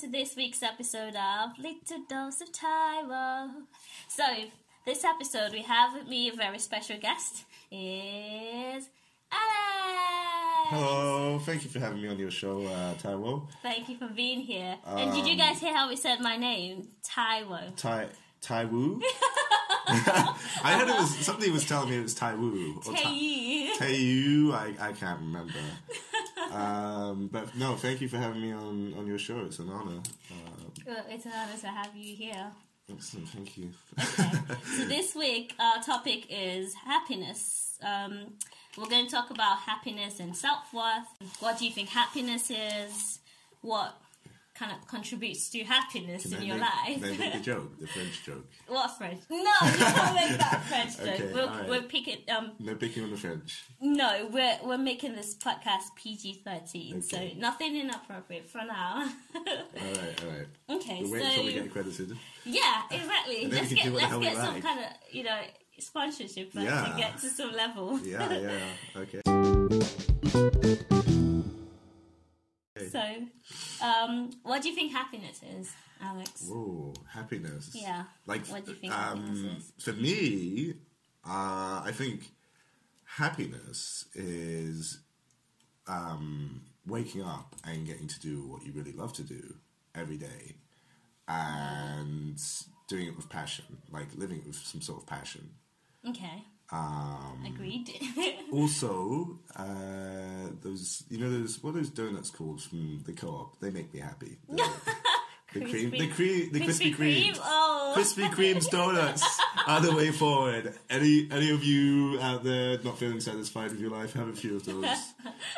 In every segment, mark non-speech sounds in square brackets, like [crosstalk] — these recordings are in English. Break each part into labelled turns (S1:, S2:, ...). S1: to this week's episode of Little Dose of Tyro. So, this episode we have with me a very special guest is Alex.
S2: Hello, Oh, thank you for having me on your show, uh, Taiwo.
S1: Thank you for being here. and did you guys hear how we said my name, Tyro?
S2: Tai Taiwu. I heard it was somebody was telling me it was Taiwu or Ta-
S1: Tae.
S2: Taiwu. I I can't remember. Um, but no, thank you for having me on on your show. It's an honor. Uh,
S1: Well, it's an honor to have you here.
S2: excellent, thank you.
S1: So this week our topic is happiness. Um, we're going to talk about happiness and self worth. What do you think happiness is? What kind of contributes to happiness
S2: Can I
S1: in your
S2: make- can I
S1: life?
S2: make a joke, the French joke.
S1: [laughs] what French? No, you can't make that French joke.
S2: [laughs] Okay,
S1: we'll,
S2: alright.
S1: we'll pick it. Um,
S2: No picking on the French.
S1: no, we're we're making this podcast PG thirteen,
S2: Okay.
S1: so nothing inappropriate for now. [laughs]
S2: All right, all right.
S1: okay,
S2: We'll wait until we
S1: so
S2: get accredited.
S1: Yeah, exactly.
S2: And then
S1: Let's
S2: we
S1: get
S2: can do what the
S1: let's
S2: hell we
S1: get some
S2: like.
S1: kind of you know sponsorship first
S2: Yeah.
S1: and get to some level.
S2: Yeah, yeah. Okay.
S1: [laughs] So, um, what do you think happiness is, Alex?
S2: Whoa, happiness.
S1: Yeah.
S2: Like,
S1: What do you think
S2: um,
S1: happiness
S2: for me, uh, I think happiness is um, waking up and getting to do what you really love to do every day and doing it with passion, like living it with some sort of passion.
S1: Okay. Um, Agreed. [laughs]
S2: Also, uh, those, you know, those, what are those donuts called from the co op? They make
S1: [laughs]
S2: me happy. The, the cream, the, cre- the Krispy Kreme.
S1: Oh,
S2: Krispy Kreme's donuts are the way forward. Any any of you out there not feeling satisfied with your life, have a few of those,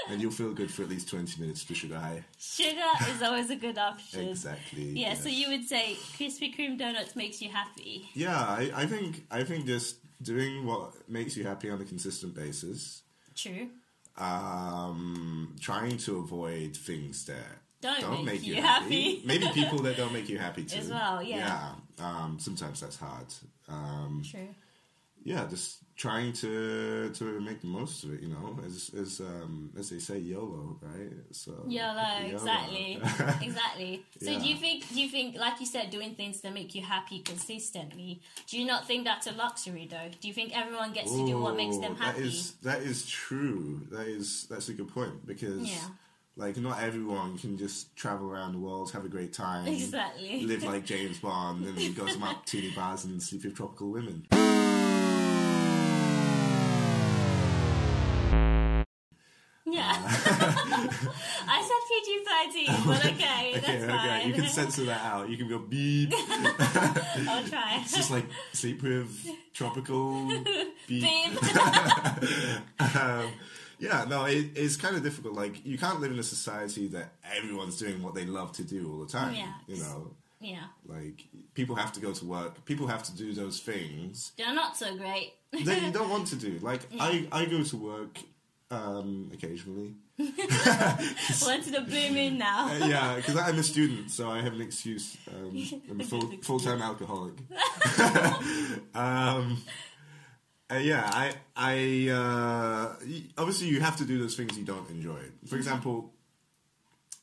S2: and you'll feel good for at least twenty minutes to should I?
S1: [laughs] sugar is always a good option.
S2: Exactly.
S1: Yeah, so
S2: yes.
S1: you would say Krispy Kreme donuts makes you happy.
S2: Yeah, I, I think I think just doing what makes you happy on a consistent basis.
S1: True.
S2: Um, trying to avoid things that
S1: Don't make you happy.
S2: Maybe people that don't make you happy too.
S1: As well, yeah.
S2: Yeah. Um, sometimes that's hard. Um,
S1: True.
S2: yeah, just trying to to make the most of it, you know, as as um as they say, YOLO, right? So [laughs]
S1: YOLO, exactly, [laughs] exactly. So do you
S2: Yeah.
S1: think? Do you think, like you said, doing things that make you happy consistently? Do you not think that's a luxury, though? Do you think everyone gets to do what makes them
S2: Ooh, Oh, That
S1: happy?
S2: is that is true. That is that's a good point because
S1: Yeah.
S2: like not everyone can just travel around the world, have a great time,
S1: Exactly.
S2: live
S1: [laughs]
S2: like James Bond, and go to martini bars and sleep with tropical women.
S1: yeah.
S2: uh,
S1: [laughs] I said PG thirteen,
S2: [laughs]
S1: but okay, that's fine.
S2: you can censor that out. You can go beep.
S1: [laughs] I'll try.
S2: It's [laughs] just like sleep with
S1: [laughs]
S2: tropical beep.
S1: Babe,
S2: [laughs] um, yeah, no, it, it's kind of difficult. Like, you can't live in a society that everyone's doing what they love to do all the time.
S1: Yeah.
S2: You know,
S1: [laughs] yeah,
S2: like people have to go to work. People have to do those things
S1: they're not so
S2: [laughs]
S1: great. [laughs]
S2: that you don't want to do. Like, I, I go to work um, occasionally.
S1: We're to the booming now.
S2: Uh, yeah, because I'm a student, so I have an excuse. Um, I'm
S1: [laughs]
S2: a full full time alcoholic. [laughs] um, uh, yeah, I I uh, y- obviously you have to do those things you don't enjoy.
S1: Mm-hmm.
S2: For example,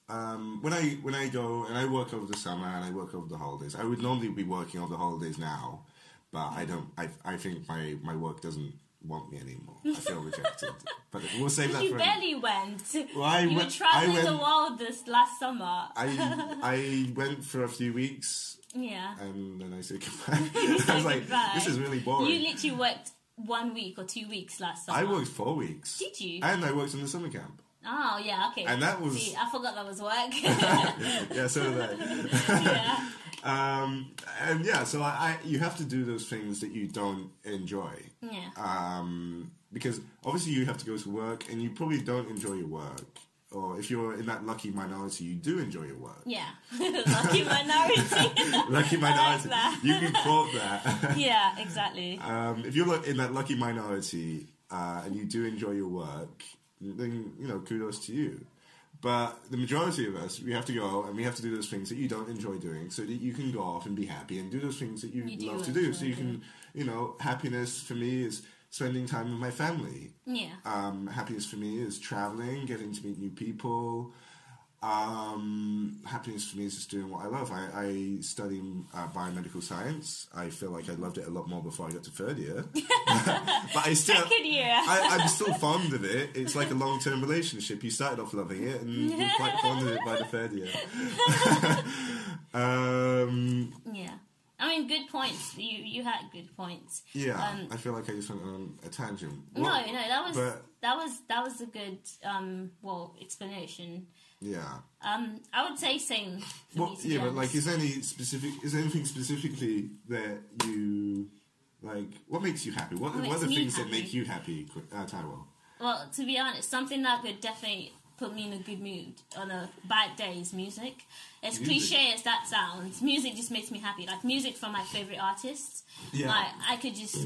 S2: um, when I when I go and I work over the summer and I work over the holidays, I would normally be working over the holidays now, but I don't. I I think my my work doesn't want me anymore. I
S1: [laughs]
S2: feel rejected. but we'll save that
S1: You
S2: for.
S1: barely went.
S2: Well, I
S1: you were
S2: went- I
S1: traveling the
S2: went-
S1: world this last summer.
S2: I I went for a few weeks
S1: yeah.
S2: and then I said goodbye.
S1: [laughs]
S2: [laughs] I was like,
S1: goodbye.
S2: this is really boring.
S1: You literally worked one week or two weeks last summer.
S2: I worked four weeks.
S1: Did you?
S2: And I worked in the
S1: [laughs]
S2: summer camp. [laughs]
S1: oh yeah, okay.
S2: And that was-
S1: See, I forgot that was
S2: [laughs]
S1: work.
S2: yeah, so did I.
S1: yeah,
S2: Um, and yeah, so I, I you have to do those things that you don't enjoy.
S1: yeah,
S2: Um, because obviously you have to go to work and you probably don't enjoy your work. Or if you're in that lucky minority, you do enjoy
S1: [laughs]
S2: your work.
S1: yeah. Lucky minority. [laughs]
S2: Lucky minority.
S1: that.
S2: you can
S1: [laughs]
S2: quote that.
S1: yeah, exactly.
S2: Um, if you're lo- in that lucky minority uh, and you do enjoy your work, then you know kudos to you. But the majority of us, we have to go out and we have to do those things that you don't enjoy doing, so that you can go off and be happy and do those things that you,
S1: You do
S2: love to do.
S1: enjoy
S2: So you can, you know, happiness for me is spending time with my family.
S1: yeah,
S2: Um, happiness for me is traveling, getting to meet new people, Um, happiness for me is just doing what I love. I, I study uh, biomedical science. I feel like I loved it a lot more before I got to third
S1: [laughs]
S2: year, but I still
S1: Second year.
S2: I, I'm still fond of it. It's like a long term relationship. You started off loving it, and you're quite fond of it by the third
S1: [laughs]
S2: year. [laughs] um,
S1: yeah. I mean, good points. You you had good points.
S2: yeah,
S1: Um,
S2: I feel like I just went on a tangent.
S1: No,
S2: What-
S1: no, that was
S2: but-
S1: that was that was a good um well explanation.
S2: Yeah.
S1: Um, I would say same. for
S2: Well,
S1: me, to be
S2: yeah, but like,
S1: honest.
S2: is there any specific? Is there anything specifically that you like? What makes you happy? What,
S1: What
S2: what,
S1: makes
S2: are the
S1: me
S2: things
S1: happy?
S2: that make you happy, Qu- uh, Taiwo?
S1: well, to be honest, something that would definitely put me in a good mood on a bad day is music. As
S2: Music.
S1: cliche as that sounds, music just makes me happy. Like music from my favorite artists.
S2: Yeah.
S1: Like I could just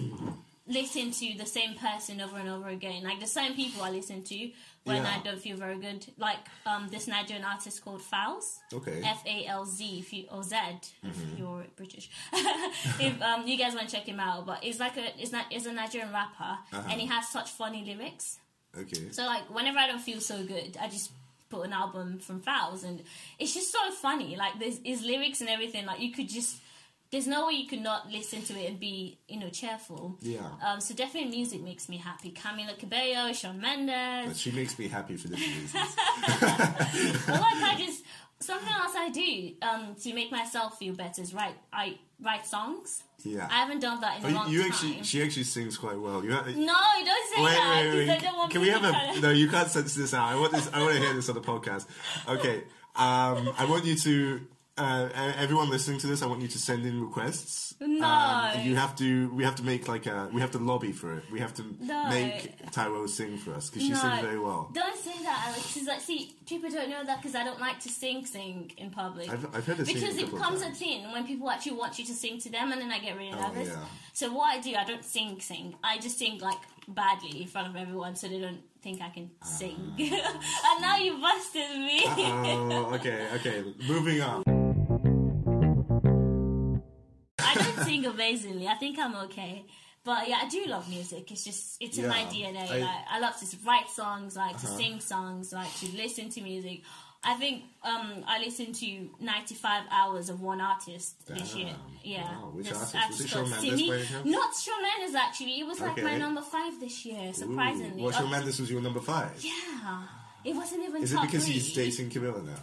S1: listen to the same person over and over again. Like the same people I listen to when
S2: Yeah.
S1: I don't feel very good. Like um, this Nigerian artist called Fowls.
S2: Okay.
S1: F A L Z if you or Z
S2: Mm-hmm.
S1: if you're British. [laughs] if um, you guys want to check him out, but he's like a it's not is a Nigerian rapper
S2: Uh-huh.
S1: and he has such funny lyrics.
S2: Okay.
S1: So like whenever I don't feel so good, I just put an album from Fowls and it's just so funny. Like there's his lyrics and everything, like you could just there's no way you could not listen to it and be, you know, cheerful.
S2: Yeah.
S1: Um, so definitely music makes me happy. Camila Cabello, Sean Mendes,
S2: [laughs] But she makes me happy
S1: [laughs]
S2: for different reasons.
S1: Well, like I just something else I do um, to make myself feel better is write I write songs.
S2: Yeah.
S1: I haven't done that in a
S2: But
S1: long
S2: you
S1: time.
S2: actually, she actually sings quite well. You. ha-
S1: no, don't say that because I don't want
S2: Can we
S1: people
S2: have
S1: to-
S2: a? No, you can't censor this out. I want this. I want to hear this on the podcast. Okay. Um, I want you to. Uh, e- everyone listening to this, I want you to send in requests.
S1: No.
S2: Um, you have to. We have to make like a. We have to lobby for it. We have to
S1: No.
S2: make Tyro sing for us because she
S1: No,
S2: sings very well.
S1: Don't say that, Alex. 'cause, like, see, people don't know that because I don't like to sing, sing in public.
S2: I've, I've heard her sing
S1: because
S2: a
S1: it
S2: couple of
S1: becomes a
S2: times. Oh,
S1: thing when people actually want you to sing to them, and then I get really nervous.
S2: yeah.
S1: So what I do, I don't sing, sing. I just sing like badly in front of everyone, so they don't think I can
S2: Ah.
S1: sing. [laughs] and now you busted me.
S2: [laughs] Oh, okay, okay. Moving on.
S1: I don't sing amazingly. I think I'm okay. But yeah, I do love music. It's just it's in my
S2: Yeah,
S1: DNA.
S2: I- Uh-huh.
S1: like I love to write songs, like to sing songs, like to listen to music. I think um, I listened to 95 hours of one artist this
S2: Damn.
S1: year. Yeah,
S2: Wow, which
S1: This
S2: artist? Was it
S1: called
S2: Shawn Mendes
S1: Simi.
S2: by any chance?
S1: Not Shawn Mendes actually. It was like my
S2: Okay.
S1: number five this year,
S2: Ooh,
S1: surprisingly.
S2: Well,
S1: Oh,
S2: Shawn Mendes was your number five.
S1: yeah, it wasn't even.
S2: Is it
S1: top
S2: because
S1: three.
S2: he's dating Camilla now?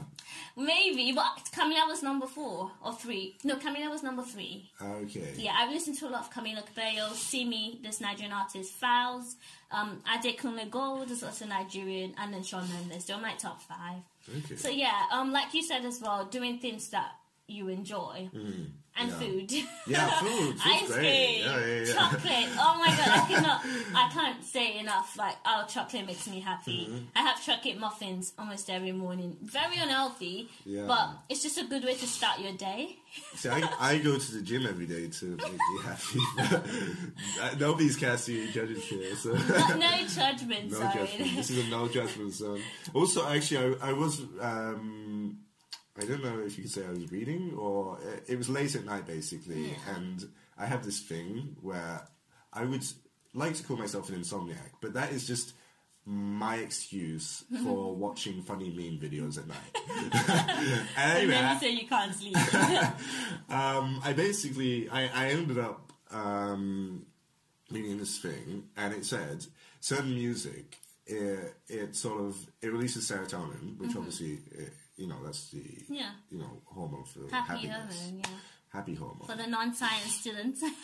S1: Maybe, but Camila was number four or three. No, Camila was number three.
S2: Okay.
S1: Yeah, I've listened to a lot of Camila Cabello, Simi, this Nigerian artist, Fowls, um, Adekunle Gold, there's also Nigerian, and then Sean Mendes. They're my top five.
S2: Okay.
S1: So yeah, um, like you said as well, doing things that you enjoy and
S2: Mm, yeah.
S1: food. [laughs]
S2: Yeah, food. Food's
S1: Ice
S2: great.
S1: cream,
S2: Yeah, yeah, yeah.
S1: chocolate. Oh my god,
S2: [laughs]
S1: I cannot, I can't say enough. Like, oh, chocolate makes me happy.
S2: Mm-hmm.
S1: I have chocolate muffins almost every morning. Very unhealthy,
S2: Yeah.
S1: but it's just a good way to start your day. [laughs]
S2: See, I, I go to the gym every day to make me happy. [laughs] Uh, Nobody's casting any judges here,
S1: [laughs]
S2: so
S1: But no judgment,
S2: [laughs] no
S1: sorry. [laughs]
S2: judgment. [laughs] This is a no judgment zone. Also, actually, I, I was um, I don't know if you could say I was reading or uh, it- it was late at night basically, and I have this thing where I would like to call myself an insomniac, but that is just my
S1: [laughs]
S2: excuse for watching funny meme videos at night.
S1: [laughs]
S2: [laughs]
S1: And
S2: anyway,
S1: then you say you can't sleep.
S2: um, I basically I, I ended up um, reading this thing, and it said certain music it, it sort of it releases serotonin, which obviously eh, you know that's the
S1: [laughs] Mm-hmm. Yeah.
S2: you know hormone for
S1: Happy
S2: happiness,
S1: hormone, yeah.
S2: happy hormone.
S1: For the non-science students. [laughs]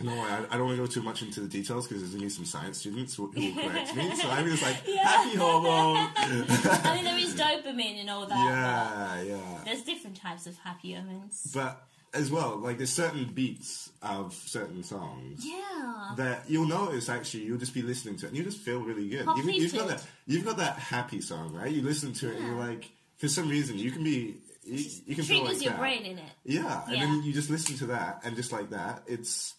S2: No, I, I don't want to go too much into the details because there's gonna be some science students who, who will correct me. So I'm
S1: [laughs]
S2: just like happy hormone.
S1: I mean, there is dopamine and all that.
S2: Yeah, yeah.
S1: But there's different types of happy hormones.
S2: But as well, like there's certain beats of certain songs
S1: Yeah.
S2: that you'll notice actually you'll just be listening to it and you just feel really good.
S1: Oh,
S2: You've,
S1: please
S2: you've
S1: do.
S2: got that you've got that happy song, right? You listen to it and you're like for some reason you can be you, you can feel
S1: Triggers
S2: like
S1: your
S2: that.
S1: brain in it.
S2: Yeah, and
S1: Yeah.
S2: then you just listen to that and just like that, it's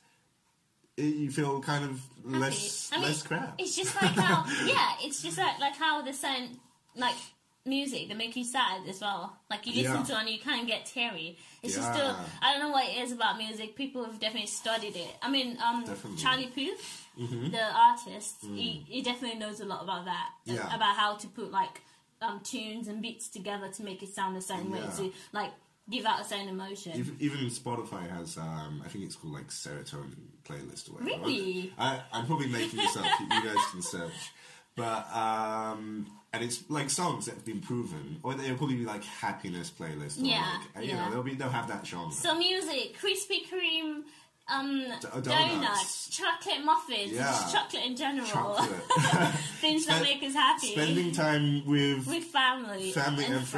S2: it, you feel kind of less
S1: I mean,
S2: less crap.
S1: It's just like how, [laughs] yeah, it's just like, like how the sound, like music that make you sad as well. Like you listen
S2: Yeah.
S1: to it and you can get teary. It's just still,
S2: Yeah.
S1: I don't know what it is about music. People have definitely studied it. I mean, um,
S2: Definitely. Mm-hmm. Mm.
S1: Charlie Puth, the artist, he, he definitely knows a lot about that.
S2: Yeah.
S1: About how to put like um, tunes and beats together to make it sound a certain way
S2: Yeah.
S1: to like give out a certain emotion.
S2: Ev- Even Spotify has, um, I think it's called like serotonin playlist or whatever.
S1: Really?
S2: I, I'm probably making this up. you guys can search, but um, and it's like songs that have been proven, or they'll probably be like happiness playlist. Or
S1: Yeah,
S2: like, you
S1: yeah.
S2: know, they'll be they'll have that genre.
S1: So music, Krispy Kreme, um, donuts.
S2: donuts.
S1: chocolate muffins,
S2: Yeah.
S1: just chocolate in general,
S2: Chocolate.
S1: [laughs] things that
S2: Spend-
S1: make us happy.
S2: Spending time with
S1: with family,
S2: family and, friends.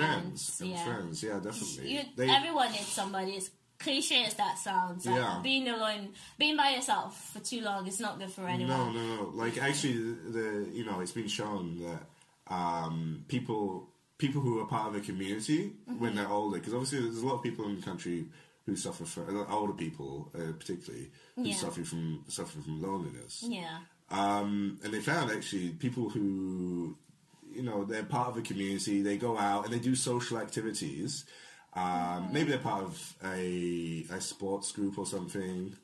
S1: friends.
S2: And
S1: yeah,
S2: friends, yeah, definitely.
S1: You,
S2: They-
S1: everyone needs somebody. As cliche as that sounds, like
S2: Yeah.
S1: being alone, being by yourself for too long is not good for anyone.
S2: No, no, no. Like actually, the, the you know it's been shown that um, people people who are part of a community
S1: Mm-hmm.
S2: when they're older, because obviously there's a lot of people in the country who suffer from older people uh, particularly who
S1: Yeah.
S2: suffer from suffer from loneliness.
S1: Yeah,
S2: Um, and they found actually people who, you know, they're part of a community, they go out and they do social activities. Um, maybe they're part of a, a sports group or something,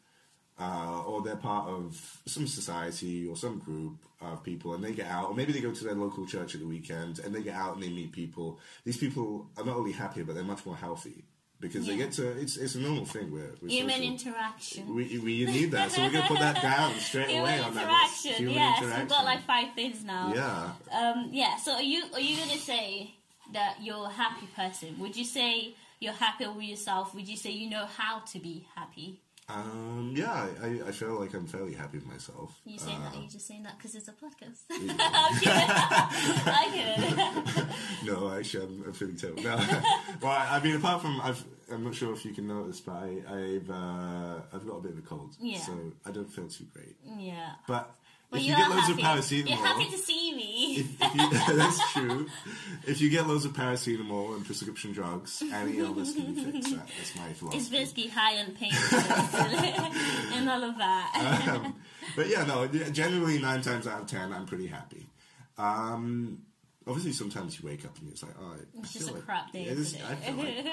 S2: uh, or they're part of some society or some group of people and they get out, or maybe they go to their local church at the weekend and they get out and they meet people. These people are not only happier, but they're much more healthy because they
S1: Yeah.
S2: get to, it's, it's a normal thing where we're
S1: human
S2: social.
S1: interaction.
S2: We, we need that, so we're gonna
S1: [laughs]
S2: put that down straight away
S1: Human
S2: on that list.
S1: interaction, yes. We've got like
S2: interaction.
S1: five things now.
S2: yeah.
S1: Um, yeah. So are you are you gonna say that you're a happy person? Would you say you're happy with yourself? Would you say you know how to be happy?
S2: Um, yeah, I, I feel like I'm fairly happy with myself.
S1: Are you saying
S2: Uh,
S1: that? Are you just saying that because it's a podcast? [laughs] I'm kidding. [laughs] I'm kidding.
S2: Uh, no, actually, I'm, I'm feeling terrible. No. [laughs] well, I mean, apart from I've, I'm not sure if you can notice, but I, I've uh, I've got a bit of a cold,
S1: Yeah.
S2: so I don't feel too great.
S1: yeah.
S2: But
S1: Well,
S2: if
S1: you
S2: you get
S1: are
S2: loads
S1: happy.
S2: of paracetamol,
S1: You're happy to see me.
S2: [laughs] if, if you, [laughs] that's true. If you get loads of paracetamol and prescription drugs, any illness can be fixed. That, that's my
S1: [laughs]
S2: philosophy.
S1: It's basically high on painkillers and all of that.
S2: um, [coughs] but yeah, no, generally nine times out of ten, I'm pretty happy. Um, obviously, sometimes you wake up and it's like, oh, I
S1: It's
S2: feel
S1: just a
S2: like-
S1: crap day
S2: It is,
S1: today.
S2: I feel like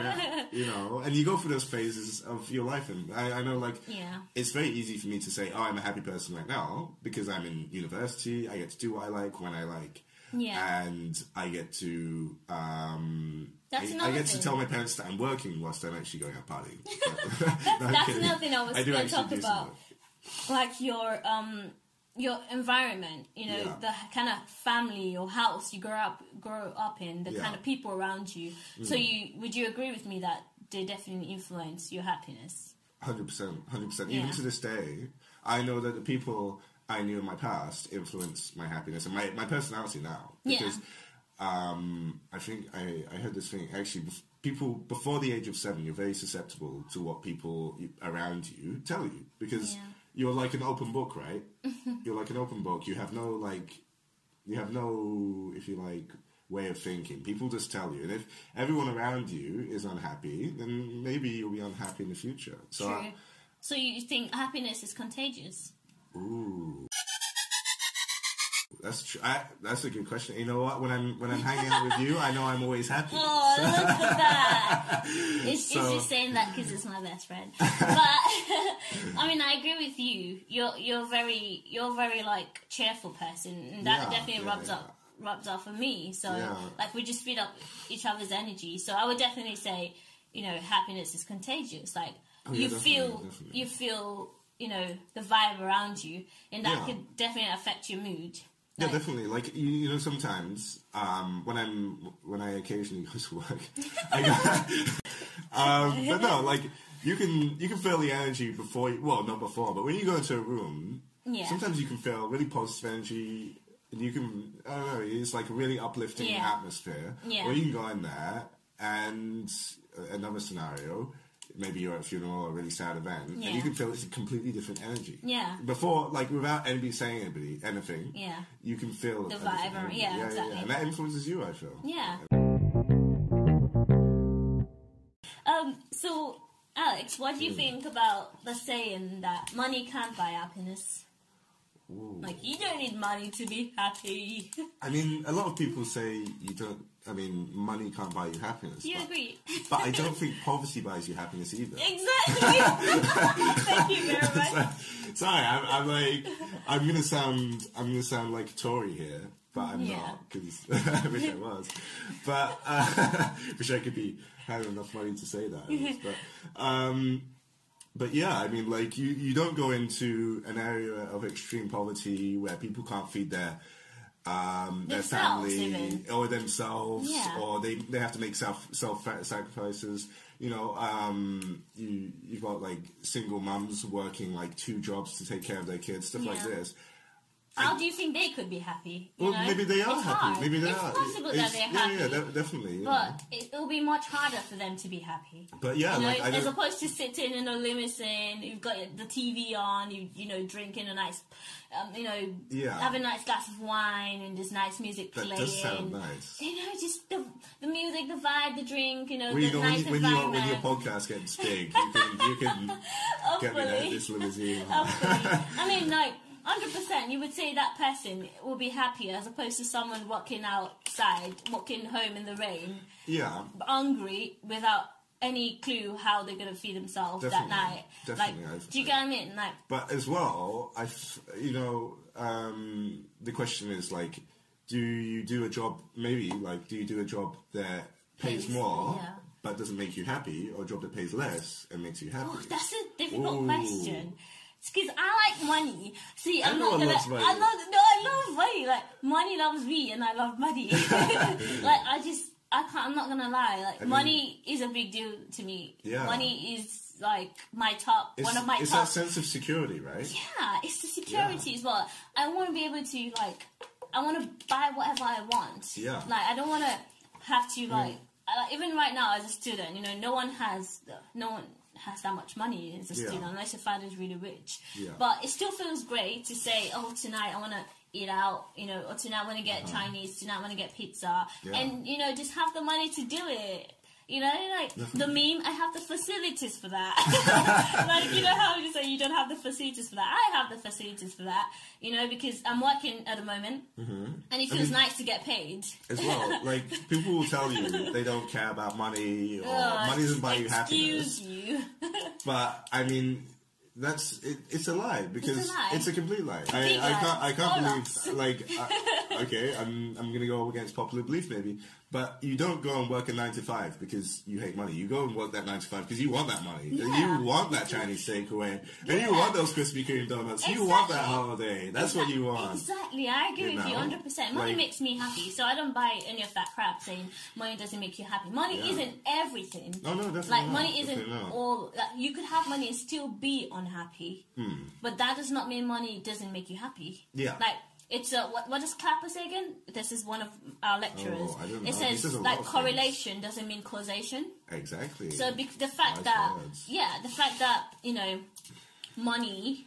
S1: [laughs]
S2: crap, you know. And you go through those phases of your life, and I, I know, like,
S1: Yeah.
S2: it's very easy for me to say, oh, I'm a happy person right now because I'm in university. I get to do what I like when I like.
S1: Yeah.
S2: And I get to, um,
S1: That's
S2: I, I
S1: another
S2: get
S1: thing.
S2: to tell my parents that I'm working whilst I'm actually going
S1: [laughs]
S2: out partying. [laughs] No, I'm
S1: That's
S2: kidding.
S1: another thing I was
S2: Uh, I do
S1: going to
S2: actually
S1: talk
S2: do some
S1: about.
S2: work.
S1: like your um your environment you know
S2: Yeah.
S1: the kind of family or house you grow up grow up in the
S2: Yeah. Mm.
S1: kind of people around you so you would you agree with me that they definitely influence your happiness
S2: Hundred percent, hundred percent.
S1: Yeah.
S2: Even to this day, I know that the people I knew in my past influenced my happiness and my, my personality now.
S1: Yeah.
S2: Because um, I think I, I heard this thing actually. bef- People before the age of seven, you're very susceptible to what people you- around you tell you because
S1: Yeah.
S2: you're like an open book,
S1: [laughs]
S2: right? you're like an open book. You have no like, you have no, if you like, way of thinking. People just tell you, and if everyone around you is unhappy, then maybe you'll be unhappy in the future. So.
S1: true
S2: I-
S1: so you think happiness is contagious
S2: Ooh. That's true. I, that's a good question. You know what? When I'm when I'm hanging out with you, I know I'm always happy.
S1: oh look at that
S2: [laughs]
S1: it's, it's
S2: So-
S1: just saying that because it's my best
S2: [laughs]
S1: friend but [laughs] i mean i agree with you you're you're very you're very like cheerful person and that
S2: Yeah,
S1: definitely
S2: yeah,
S1: rubs
S2: yeah.
S1: up rubbed off on me. So
S2: Yeah.
S1: like we just feed up each other's energy. So I would definitely say, you know, happiness is contagious. Like
S2: Oh, yeah,
S1: you
S2: definitely,
S1: feel
S2: definitely.
S1: you feel, you know, the vibe around you and that
S2: Yeah.
S1: could definitely affect your mood.
S2: Yeah,
S1: Like,
S2: definitely. Like you, you know, sometimes um, when I'm when I occasionally [laughs] go to work, I go, [laughs] um, but no, like you can you can feel the energy before. You, well, not before, but when you go into a room,
S1: Yeah.
S2: sometimes you can feel really positive energy. And you can, I don't know, it's like a really uplifting
S1: Yeah.
S2: atmosphere.
S1: Yeah.
S2: Or you can go in there, and uh, another scenario, maybe you're at a funeral or a really sad event, and
S1: Yeah.
S2: you can feel it's a completely different energy.
S1: Yeah.
S2: Before, like, without anybody saying anybody anything,
S1: Yeah.
S2: you can feel
S1: The
S2: everything.
S1: vibe around- yeah, exactly.
S2: and that influences you. I feel.
S1: Yeah. Um, so Alex, what do you think about the saying that money can't buy happiness? Like you don't need money to be happy. [laughs]
S2: I mean, a lot of people say you don't. I mean, money can't buy you happiness.
S1: Do you
S2: but,
S1: agree?
S2: but I don't think poverty buys you happiness
S1: [laughs]
S2: either. [laughs]
S1: Exactly. Thank you very much.
S2: Sorry, I'm, I'm like, I'm gonna sound, I'm gonna sound like Tory here, but I'm
S1: Yeah.
S2: not because [laughs] I wish I was, but uh, [laughs] wish I could be had enough money to say that. at least. But, um, but yeah, I mean, like you, you don't go into an area of extreme poverty where people can't feed their. Um, their
S1: Themselves,
S2: family
S1: even.
S2: or themselves
S1: Yeah.
S2: or they, they have to make self self sacrifices you know um you you've got like single mums working like two jobs to take care of their kids stuff like
S1: Yeah.
S2: this
S1: How do you think they could be happy? You
S2: well
S1: know?
S2: maybe they are
S1: It's
S2: happy
S1: hard.
S2: maybe they
S1: it's
S2: are
S1: possible
S2: It's-
S1: that they're
S2: yeah,
S1: happy,
S2: yeah de- definitely you know.
S1: but it, it'll be much harder for them to be happy.
S2: but yeah
S1: You know,
S2: like I
S1: as
S2: don't,
S1: opposed to sitting in a limousine, you've got the TV on, you you know, drinking a nice, um, you know,
S2: Yeah.
S1: having a nice glass of wine and there's nice music
S2: that
S1: playing.
S2: does sound
S1: [laughs]
S2: nice
S1: You know, just the, the music, the vibe, the drink, you know,
S2: when, you
S1: the
S2: go, when,
S1: nice
S2: you, when, your,
S1: environment.
S2: when your podcast gets big you can,
S1: [laughs]
S2: you can get me out of
S1: Hopefully.
S2: this
S1: [laughs]
S2: limousine [laughs]
S1: Hopefully. I mean, no, hundred percent. You would say that person will be happier as opposed to someone walking outside, walking home in the rain,
S2: yeah
S1: hungry without any clue how they're gonna feed themselves
S2: Definitely.
S1: that night.
S2: Definitely,
S1: like,
S2: I've-
S1: do you get what I mean? Like,
S2: But as well, I, f- you know, um, the question is like, do you do a job? Maybe like, do you do a job that pays,
S1: Pays,
S2: more
S1: yeah.
S2: but doesn't make you happy, or a job that pays less and makes you happy?
S1: oh, that's a difficult
S2: Ooh.
S1: question. Because I like money. See, I'm
S2: Everyone
S1: not gonna.
S2: loves money.
S1: I love no, I love money. Like money loves me, and I love
S2: [laughs]
S1: money. [laughs] like I just, I can't. I'm not gonna lie. Like
S2: mean-
S1: money is a big deal to me.
S2: Yeah.
S1: Money is like my top,
S2: it's,
S1: one of my
S2: it's
S1: top.
S2: that sense of security, right?
S1: Yeah, it's the security as well. I want to be able to like, I want to buy whatever I want.
S2: Yeah.
S1: Like I don't want to have to like, I, like, even right now as a student, you know, no one has no one has that much money as a
S2: Yeah.
S1: student unless your father's really rich.
S2: Yeah.
S1: But Uh, it still feels great to say, oh, tonight I want to eat out, you know, or tonight I want to get Chinese, tonight I want to get pizza,
S2: Uh-huh. Yeah.
S1: and you know, just have the money to do it. You know, like the meme, I have the facilities for
S2: [laughs]
S1: that. [laughs] like, you know how you say you don't have the facilities for that? I have the facilities for that, you know, because I'm working at the moment
S2: Mm-hmm.
S1: and it feels nice to get paid.
S2: As well, like people will tell you they don't care about money, or
S1: [laughs] Ugh,
S2: uh, money doesn't buy you
S1: Uh, excuse
S2: happiness.
S1: you.
S2: But I mean, that's it, it's a lie because it's a,
S1: lie.
S2: complete lie. I,
S1: Big
S2: I
S1: lie.
S2: can't I can't
S1: All
S2: believe uh, like I, okay I'm I'm gonna go against popular belief maybe, but you don't go and work a nine to five because you hate money. You go and work that nine to five because you want that money.
S1: Yeah.
S2: You want that Chinese takeaway, and you want those Krispy Kreme donuts. You want that
S1: Exactly.
S2: holiday. That's what you want.
S1: Exactly, I agree
S2: You
S1: with you
S2: know,
S1: 100%. Money
S2: like-
S1: makes me happy, so I don't buy any of that crap saying money doesn't make you happy. Money
S2: Yeah.
S1: isn't everything.
S2: No, no, definitely
S1: Like,
S2: not,
S1: money isn't
S2: definitely not.
S1: all. Like, you could have money and still be unhappy, but that does not mean money doesn't make you happy.
S2: Hmm. Yeah.
S1: Like, it's a, what, what does Clapper say again? This is one of our lecturers.
S2: Oh, I don't know.
S1: It
S2: He
S1: says,
S2: says a lot
S1: like,
S2: of things.
S1: correlation doesn't mean causation.
S2: Exactly.
S1: So be- the fact
S2: Nice
S1: that
S2: words.
S1: yeah, the fact that you know, money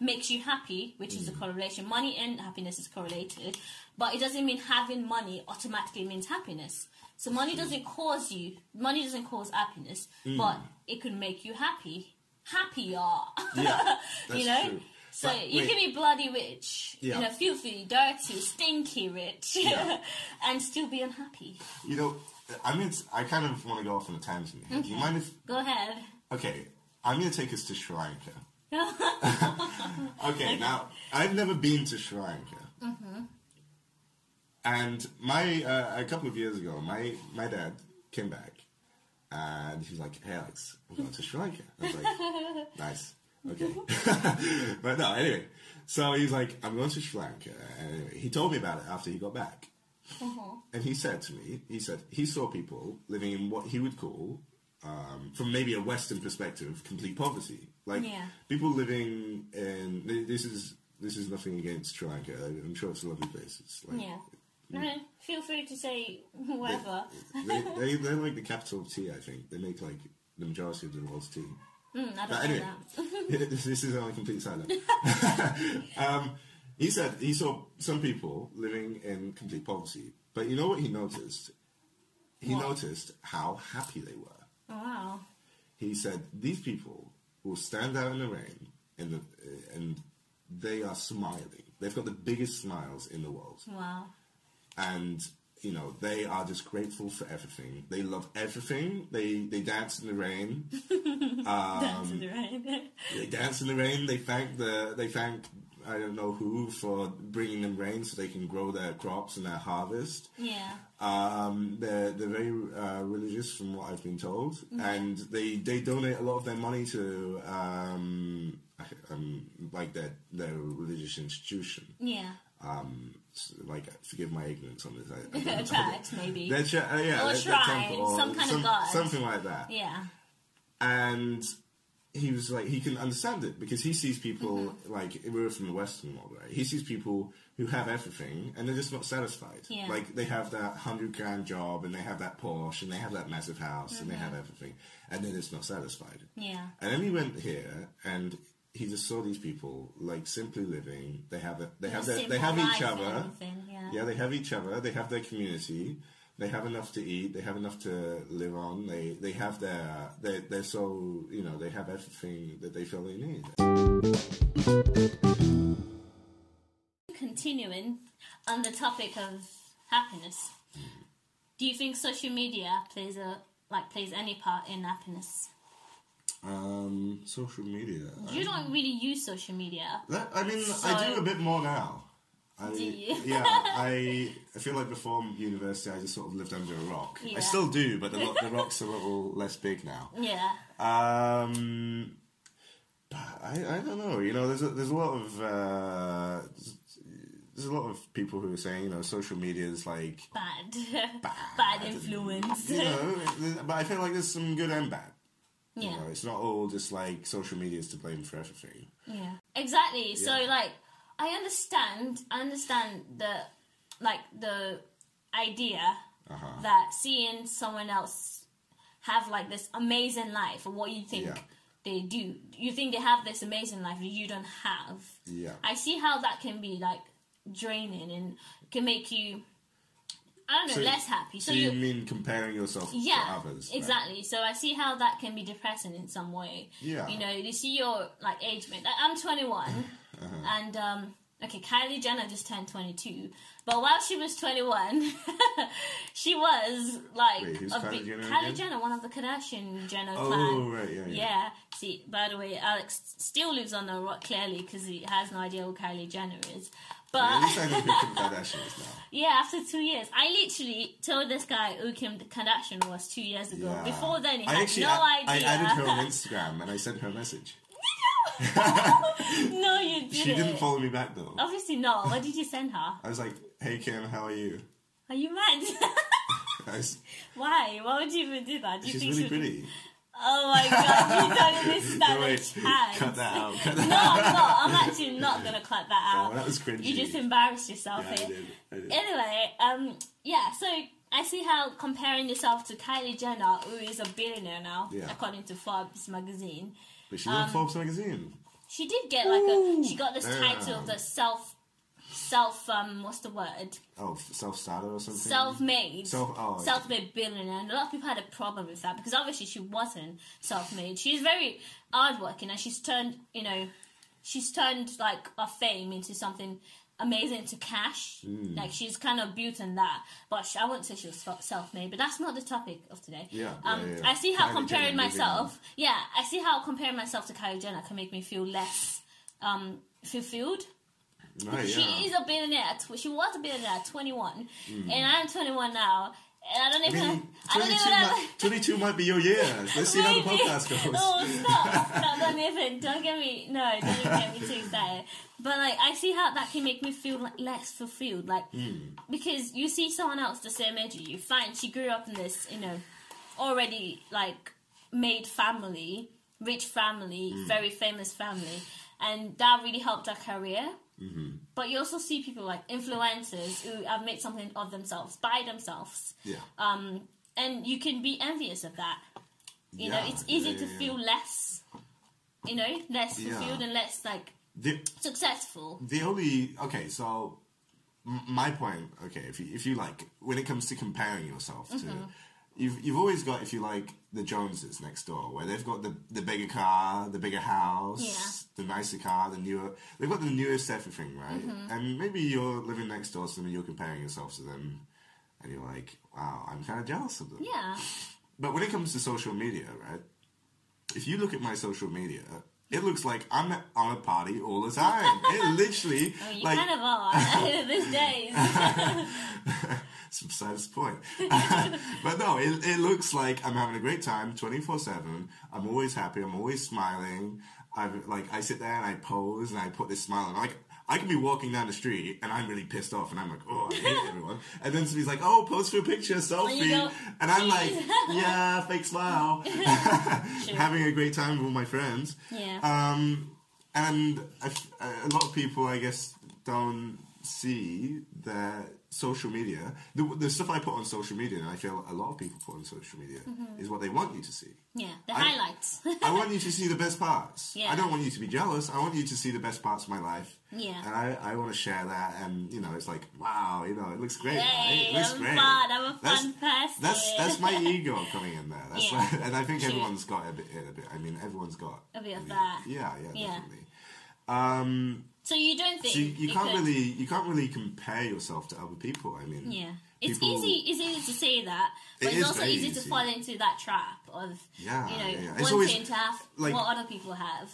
S1: makes you happy, which is a
S2: Mm.
S1: correlation. Money and happiness is correlated, but it doesn't mean having money automatically means happiness. So money doesn't cause you. Money doesn't cause happiness,
S2: Mm.
S1: but it can make you happy, happier. [laughs]
S2: yeah, that's
S1: you know.
S2: true.
S1: So
S2: But
S1: you
S2: wait.
S1: can be bloody rich,
S2: Yeah.
S1: you know, filthy, dirty, stinky rich,
S2: Yeah.
S1: [laughs] and still be unhappy.
S2: You know, I mean, it's- I kind of want to go off on a tangent here. Do you mind if
S1: Go ahead.
S2: Okay, I'm gonna take us to Sri Lanka. okay, now I've never been to Sri Lanka, and my uh, a couple of years ago, my my dad came back, and he was like, "Hey, Alex, we're going to Sri Lanka." I was like, "Nice, okay." [laughs] but no, anyway, so he's like, "I'm going to Sri Lanka." And anyway, he told me about it after he got back. And he said to me, he said he saw people living in what he would call, um, from maybe a Western perspective, complete poverty. Like
S1: Yeah.
S2: people living in th- this is this is nothing against Sri Lanka. I'm sure it's a lovely place. It's like
S1: Yeah. Alright, Feel free to say whatever. [laughs]
S2: they, they they're like the capital of tea. I think they make like the majority of the world's
S1: [laughs]
S2: tea. [laughs]
S1: Mm, I
S2: But
S1: don't know
S2: anyway,
S1: that. [laughs]
S2: this this is on a complete side note. um, he said he saw some people living in complete poverty, but you know what he noticed? He
S1: What?
S2: noticed how happy they were.
S1: Oh, wow.
S2: He said these people will stand out in the rain, and the, uh, and they are smiling. They've got the biggest smiles in the world,
S1: Wow.
S2: and you know, they are just grateful for everything. They love everything. They they dance in the rain.
S1: That's
S2: Um,
S1: right.
S2: They dance in the rain. They thank the they thank I don't know who for bringing them rain so they can grow their crops and their harvest.
S1: yeah.
S2: Um, they're they're very uh, religious from what I've been told,
S1: Mm-hmm.
S2: and they they donate a lot of their money to um, um like their their religious institution.
S1: Yeah.
S2: Um, s- like forgive my ignorance on this. I, I
S1: [laughs]
S2: don't-
S1: Attract, maybe.
S2: Their chi- uh, yeah,
S1: Or
S2: their- their
S1: shrine,
S2: temple or
S1: some kind of god.
S2: something like that.
S1: yeah.
S2: And he was like, he can understand it because he sees people
S1: Mm-hmm.
S2: like we're from the Western world, right? He sees people who have everything and they're just not satisfied.
S1: Yeah.
S2: Like they have that hundred grand job and they have that Porsche and they have that massive house and they
S1: Mm-hmm.
S2: have everything, and they're just not satisfied.
S1: Yeah.
S2: And then he went here and. He just saw these people like simply living. They have it. They have their,
S1: Simple
S2: they have each
S1: life and
S2: other.
S1: everything, Yeah.
S2: Yeah, they have each other. They have their community. They have enough to eat. They have enough to live on. They they have their they they're so you know they have everything that they feel they need.
S1: Continuing on the topic of happiness, do you think social media plays a like plays any part in happiness?
S2: Um, social media.
S1: You don't really use social media.
S2: That, I mean, I do
S1: So-
S2: a bit more now. I,
S1: Do you?
S2: yeah, I I feel like before university, I just sort of lived under a rock.
S1: Yeah.
S2: I still do, but the, lo- the rock's a little less big now.
S1: Yeah.
S2: Um, but I, I don't know. You know, there's a, there's a lot of uh, there's a lot of people who are saying you know social media is like
S1: Bad. [laughs]
S2: bad,
S1: Bad
S2: and,
S1: influence.
S2: You know, th- but I feel like there's some good and bad. You
S1: yeah.
S2: know, it's not all just like social media is to blame for everything.
S1: Yeah. Exactly. So
S2: Yeah.
S1: like I understand I understand the like the idea
S2: Uh-huh.
S1: that seeing someone else have like this amazing life or what you think
S2: Yeah.
S1: they do. You think they have this amazing life that you don't have.
S2: Yeah.
S1: I see how that can be like draining and can make you I don't know,
S2: So-
S1: less happy.
S2: So you mean comparing yourself to
S1: yeah,
S2: others? right?
S1: exactly. So I see how that can be depressing in some way.
S2: Yeah.
S1: you know, you see your like age mate. Like, I'm 21,
S2: [laughs] Uh-huh.
S1: and um, okay, Kylie Jenner just turned 22, but while she was 21, [laughs] she was like
S2: Wait, who's
S1: a
S2: Kylie
S1: big-
S2: Jenner
S1: Kylie
S2: again?
S1: Jenner, one of the Kardashian Jenner
S2: Oh
S1: clan.
S2: right, yeah, yeah.
S1: Yeah. See, by the way, Alex still lives on the rock clearly because he has no idea who Kylie Jenner is. But [laughs]
S2: At least I know who Kim Kardashian is now.
S1: yeah, after two years, I literally told this guy who Kim Kardashian was two years ago.
S2: Yeah.
S1: [laughs] Before then, he
S2: I
S1: had
S2: actually
S1: no
S2: I, I
S1: idea.
S2: added
S1: [laughs]
S2: her on Instagram and I sent her a message.
S1: no, you didn't.
S2: She didn't follow me back though.
S1: Obviously not. What did you send her?
S2: I was like, "Hey Kim, how are you?"
S1: Are you mad? [laughs]
S2: I was,
S1: Why? Why would you even do that? Do you
S2: she's
S1: think
S2: really
S1: she would-
S2: pretty.
S1: Oh my god, you don't
S2: [laughs]
S1: even
S2: No,
S1: stand a
S2: wait,
S1: chance.
S2: cut that out. Cut
S1: [laughs]
S2: that
S1: No,
S2: out.
S1: I'm not. I'm actually not gonna cut that
S2: Oh,
S1: out.
S2: that was cringy.
S1: you just embarrassed yourself
S2: yeah, I
S1: here.
S2: did. I did.
S1: Anyway, um, yeah, so I see how comparing yourself to Kylie Jenner, who is a billionaire now,
S2: Yeah.
S1: according to Forbes magazine,
S2: But she's
S1: um,
S2: on Forbes magazine.
S1: she did get like a she got this
S2: Ooh,
S1: title
S2: damn.
S1: of the self self um what's the word
S2: Oh, self-starter or something.
S1: self-made
S2: Self- oh, okay.
S1: self-made billionaire and a lot of people had a problem with that because obviously she wasn't self-made she's very hardworking and she's turned you know she's turned like her fame into something amazing to cash
S2: Mm.
S1: like she's kind of built on that but she, i wouldn't say she was fe- self-made but that's not the topic of today
S2: Yeah,
S1: um
S2: yeah, yeah.
S1: i see how
S2: Kylie
S1: comparing
S2: Jenner moving on.
S1: myself yeah i see how comparing myself to kylie jenner can make me feel less um fulfilled
S2: Right,
S1: she
S2: yeah. Mm.
S1: is a billionaire. at tw- She was a billionaire at 21, and I'm 21 now, and I don't
S2: I
S1: even. I, don't
S2: mean, 22,
S1: even.
S2: might, 22 might be your year. Let's see how the
S1: [laughs] Maybe.
S2: podcast goes.
S1: Oh, stop! Stop! Don't even. Don't get me. No, don't even get me too excited. But like, I see how that can make me feel like less fulfilled. Like,
S2: Hmm.
S1: because you see someone else the same age, you, you find she grew up in this, you know, already like made family, rich family,
S2: Hmm.
S1: very famous family, and that really helped her career.
S2: Mm-hmm.
S1: But you also see people like influencers who have made something of themselves by themselves
S2: Yeah.
S1: um, and you can be envious of that. You know,
S2: Yeah,
S1: it's easy
S2: yeah,
S1: to
S2: yeah,
S1: feel less, you know, less
S2: Yeah.
S1: fulfilled and less like
S2: The,
S1: successful.
S2: the only okay, so m- my point, okay, if you, if you like, when it comes to comparing yourself to, you've you've always got, if you like, the Joneses next door, where they've got the the bigger car, the bigger house, the nicer car, the newer, they've got the newest everything, right? And maybe you're living next door to them, and you're comparing yourself to them. and you're like, wow, I'm kind of jealous of them.
S1: Yeah.
S2: But when it comes to social media, right? If you look at my social media, it looks like I'm at- on a party all the time. it literally,
S1: Well, you
S2: like,
S1: kind of
S2: [laughs]
S1: are [laughs] these days.
S2: it's besides the point. [laughs] but no, it, it looks like I'm having a great time 24 7. I'm always happy. I'm always smiling. I've, like, I sit there and I pose and I put this smile on. Like, I can be walking down the street and I'm really pissed off and I'm like, oh, I hate everyone. And then somebody's like, oh, post for a picture, selfie.
S1: go,
S2: and I'm like,
S1: "Geez."
S2: yeah, fake smile. [laughs] having a great time with all my friends.
S1: Yeah.
S2: Um, and a, f- a lot of people, I guess, don't see that social media, the, the stuff I put on social media, and I feel a lot of people put on social media, is what they want you to see.
S1: yeah, the
S2: I-
S1: highlights. [laughs]
S2: I want you to see the best parts.
S1: Yeah.
S2: I don't want you to be jealous. I want you to see the best parts of my life.
S1: Yeah.
S2: And I, I want to share that. And, you know, it's like, wow, you know, it looks great.
S1: Yay,
S2: right? It looks
S1: I'm
S2: great.
S1: fun. I'm a
S2: That's-
S1: fun person.
S2: That's
S1: [laughs]
S2: that's my ego coming in there. That's
S1: Yeah.
S2: [laughs] and I think
S1: True.
S2: everyone's got a bit, a bit. I mean, everyone's got
S1: A bit of
S2: I mean,
S1: that.
S2: Yeah, yeah,
S1: Yeah.
S2: definitely. Um,
S1: so you don't think
S2: so you, you
S1: it
S2: can't
S1: could-
S2: really you can't really compare yourself to other people. I mean,
S1: Yeah. It's
S2: people-
S1: easy it's easy to say that, but
S2: It
S1: it's
S2: is
S1: also
S2: very
S1: easy, to
S2: easy.
S1: fall into that trap of
S2: Yeah,
S1: you know,
S2: yeah, yeah. It's
S1: wanting
S2: always,
S1: to have
S2: like-
S1: what other people have.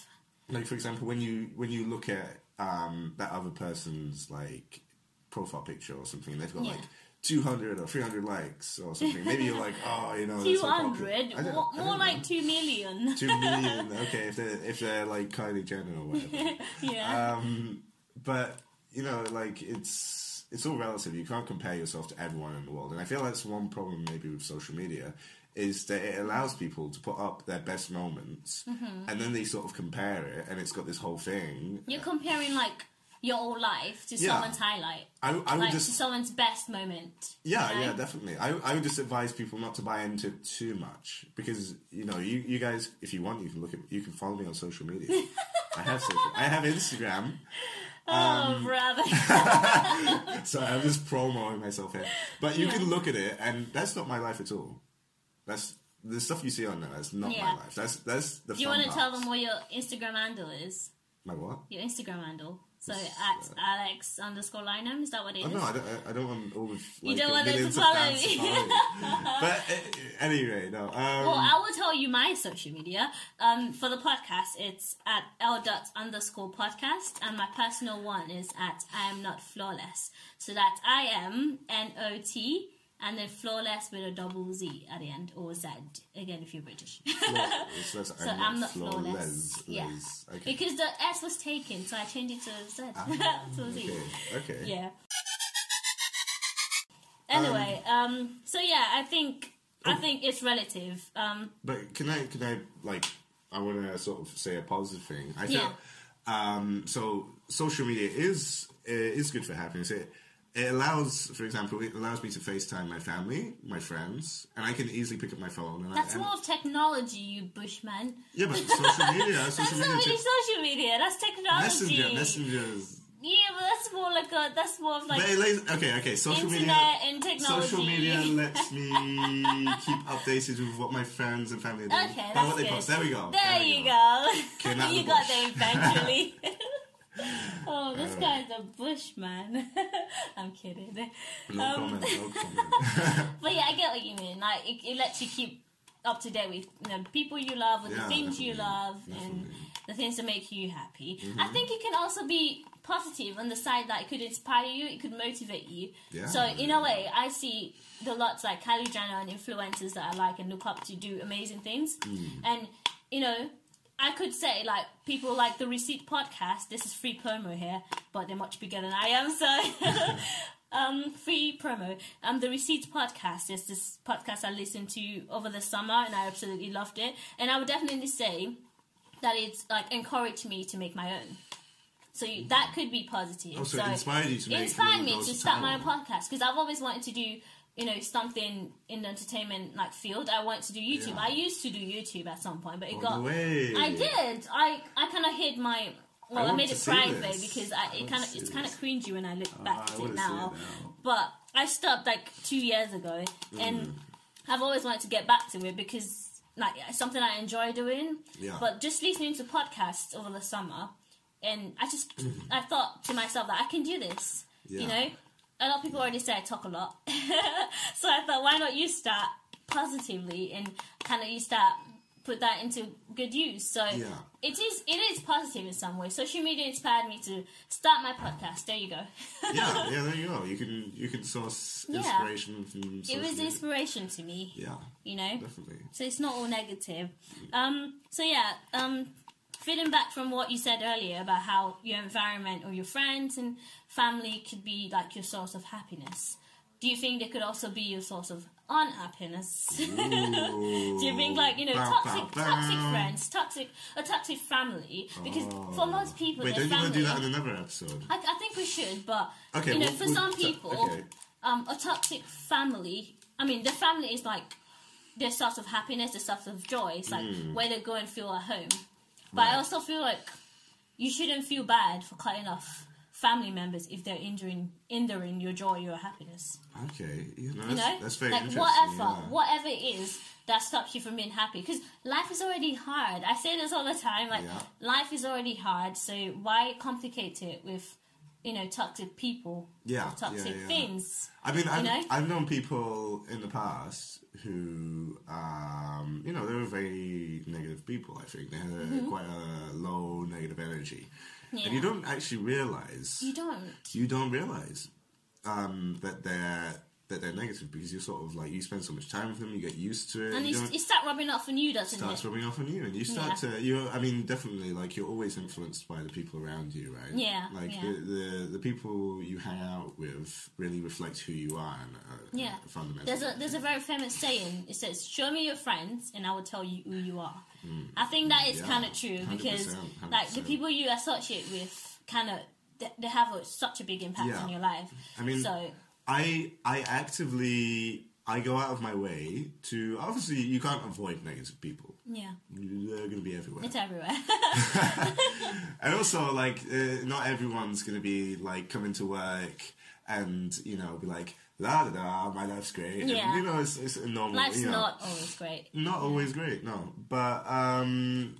S2: like for example when you when you look at um that other person's like profile picture or something and they've got
S1: Yeah.
S2: like 200 or 300 likes or something maybe
S1: [laughs]
S2: you're like oh you know they're
S1: Two
S2: so popular.
S1: hundred,
S2: I don't-
S1: more,
S2: I don't
S1: more
S2: know.
S1: like two million. [laughs]
S2: 2 million okay if they're if they're like kylie jenner or
S1: [laughs]
S2: whatever
S1: yeah.
S2: um but you know like it's it's all relative you can't compare yourself to everyone in the world and i feel that's one problem maybe with social media is that it allows people to put up their best moments
S1: Mm-hmm.
S2: and then they sort of compare it and it's got this whole thing
S1: You're comparing like your whole life to
S2: Yeah.
S1: someone's highlight.
S2: I, I would
S1: Like to
S2: just
S1: someone's best moment.
S2: yeah
S1: you know?
S2: yeah definitely I, I would just advise people not to buy into too much because you know you, you guys if you want you can look at you can follow me on social media
S1: [laughs]
S2: I have social I have Instagram
S1: Oh,
S2: Um,
S1: brother. [laughs]
S2: [laughs] so I'm just promoting myself here but you can look at it and that's not my life at all that's the stuff you see on there that's not
S1: Yeah.
S2: my life that's that's the
S1: Do you
S2: fun
S1: want to tell
S2: parts.
S1: them what your Instagram handle is?
S2: my what
S1: Your Instagram handle. So
S2: Yes,
S1: at Alex underscore Lynam, is that what it is?
S2: Oh, no, I don't. I- I don't want all the. Like,
S1: You don't want them to
S2: millions of
S1: follow
S2: fans to
S1: me.
S2: follow
S1: [laughs]
S2: me. but uh, anyway, no. Um,
S1: Well, I will tell you my social media. Um, for the podcast, it's at l dot underscore podcast, and my personal one is at I am not flawless. So that's I am N O T, and then flawless with a double Z at the end or Z again if you're British. [laughs]
S2: Flaw- so that's-
S1: So I'm not flawless.
S2: Les-
S1: Yeah.
S2: Les. Okay. Ah,
S1: because the S was taken, so I changed it to Z. [laughs] to Z.
S2: Okay. Okay.
S1: Yeah. Anyway, um, so yeah, I think
S2: oh.
S1: I think it's relative. Um,
S2: But can I can I like I want to sort of say a positive thing. I feel
S1: Yeah.
S2: um, so social media is uh, is good for happiness. It it allows, for example, it allows me to FaceTime my family, my friends, and I can easily pick up my phone. And
S1: that's
S2: I, and,
S1: more of technology, you bushman.
S2: yeah, but social
S1: [laughs]
S2: media, social
S1: That's not
S2: media,
S1: really
S2: tech-
S1: social media. That's technology.
S2: messenger, messengers.
S1: Yeah, but that's more like a. That's more of like
S2: But it lays- okay, okay, social
S1: internet
S2: media.
S1: and technology.
S2: Social media
S1: [laughs]
S2: lets me keep updated with what my friends and family are doing.
S1: Okay,
S2: by
S1: that's
S2: what they
S1: good.
S2: post. There we go.
S1: There,
S2: we
S1: you go.
S2: Came out of
S1: [laughs] you
S2: the
S1: got
S2: bush.
S1: there
S2: [laughs]
S1: eventually. oh, this guy's a bushman. [laughs] I'm kidding.
S2: No
S1: Um,
S2: comment.
S1: [laughs]
S2: No comment.
S1: But yeah, I get what you mean. Like it, it lets you keep up to date with you know, the people you love, with
S2: Yeah,
S1: the things you
S2: definitely,
S1: love, and
S2: definitely. Mm-hmm.
S1: the things that make you happy. I think it can also be positive on the side that it could inspire you, it could motivate you.
S2: Yeah.
S1: So in a way, I see the lots like Kylie Jenner and influencers that I like and look up to do amazing things,
S2: Mm.
S1: and you know. I could say like people like the Receipt podcast. This is free promo here, but they're much bigger than I am. So [laughs] um, free promo. Um, the Receipts podcast is this podcast I listened to over the summer, and I absolutely loved it. And I would definitely say that it's like encouraged me to make my own. So you, that could be positive.
S2: Oh, so it inspired you to
S1: it
S2: make
S1: inspired
S2: your
S1: me
S2: own
S1: to start my own
S2: channel.
S1: podcast because I've always wanted to do you know something in the entertainment like field. I wanted to do YouTube.
S2: Yeah.
S1: I used to do YouTube at some point, but it
S2: Oh,
S1: got
S2: no way.
S1: I did. I I kind of hid my. Well, I,
S2: want
S1: made
S2: to
S1: it
S2: see
S1: private
S2: this.
S1: because
S2: I
S1: I, it kind
S2: want to
S1: of
S2: see
S1: it's kind of
S2: this. Ah,
S1: cringy when I look
S2: I
S1: back at
S2: wanna see
S1: it
S2: it
S1: now.
S2: now.
S1: But I stopped like two years ago,
S2: Mm.
S1: and I've always wanted to get back to it because like it's something I enjoy doing.
S2: Yeah.
S1: But just listening to podcasts over the summer, and I just I thought to myself that I can do this. You
S2: Mm. Yeah.
S1: know, a lot of people already said I talk a lot. so I thought, why not use that positively and kind of use that, put that into good use. So
S2: Yeah.
S1: it is it is positive in some way. Social media inspired me to start my podcast. There you go. [laughs]
S2: yeah, yeah. There you go. You can you can source
S1: Yeah.
S2: inspiration from.
S1: it
S2: social
S1: was
S2: media.
S1: inspiration to me.
S2: Yeah,
S1: You know.
S2: definitely.
S1: So it's not all negative. Um, so yeah, um, feeling back from what you said earlier about how your environment or your friends and family could be like your source of happiness. Do you think they could also be your source of unhappiness? [laughs] Do you think like you know
S2: Bow,
S1: toxic,
S2: bow, bow.
S1: toxic friends, toxic, a toxic family? Because for a lot of people,
S2: Oh. Wait,
S1: their
S2: don't you want to do that
S1: family-
S2: in another episode?
S1: I, I think we should, but
S2: Okay,
S1: you know,
S2: we'll-
S1: for
S2: we'll
S1: some
S2: t-
S1: people,
S2: okay.
S1: um, a toxic family. I mean, the family is like their source of happiness, their source of joy. It's like where they go and feel at home. But I
S2: Mm. Right.
S1: also feel like you shouldn't feel bad for cutting off family members if they're injuring hindering your joy, your happiness.
S2: Okay, you know, that's,
S1: You know,
S2: that's very
S1: like uh,
S2: interesting.
S1: whatever,
S2: yeah.
S1: whatever it is that stops you from being happy, because life is already hard. I say this all the time. Like
S2: Yeah.
S1: life is already hard, so why complicate it with, you know, toxic people,
S2: Yeah,
S1: or toxic
S2: yeah, yeah.
S1: things?
S2: I mean, I've,
S1: know?
S2: I've known people in the past who, um, you know, they were very negative people, I think. They had a, quite a low negative energy.
S1: Mm-hmm. Yeah.
S2: And you don't actually realize,
S1: You don't.
S2: you don't realize um, that they're. That they're negative because you sort of like you spend so much time with them, you get used to it,
S1: And
S2: you
S1: you,
S2: don't-
S1: you start rubbing off on you, doesn't
S2: starts
S1: it?
S2: rubbing off on you, and you start
S1: Yeah.
S2: to you. I mean, definitely, like you're always influenced by the people around you, right?
S1: Yeah,
S2: Like
S1: yeah.
S2: The, the the people you hang out with really reflect who you are. And, uh,
S1: Yeah.
S2: fundamentally.
S1: There's a there's a very famous saying. It says, "Show me your friends, and I will tell you who you are." I think that is
S2: Mm. Yeah,
S1: kind of true because
S2: 100%,
S1: like the
S2: 100%.
S1: people you associate with, kind of they, they have a, such a big impact
S2: Yeah.
S1: on your life.
S2: I mean,
S1: so
S2: I I actively I go out of my way to obviously you can't avoid negative people.
S1: yeah,
S2: They're going to be everywhere.
S1: it's
S2: [laughs]
S1: everywhere.
S2: And also, like, uh, not everyone's going to be like coming to work and you know be like la da da, my life's great. And,
S1: Yeah.
S2: you know, it's it's a normal.
S1: Life's
S2: you know,
S1: not always great.
S2: not always great no but um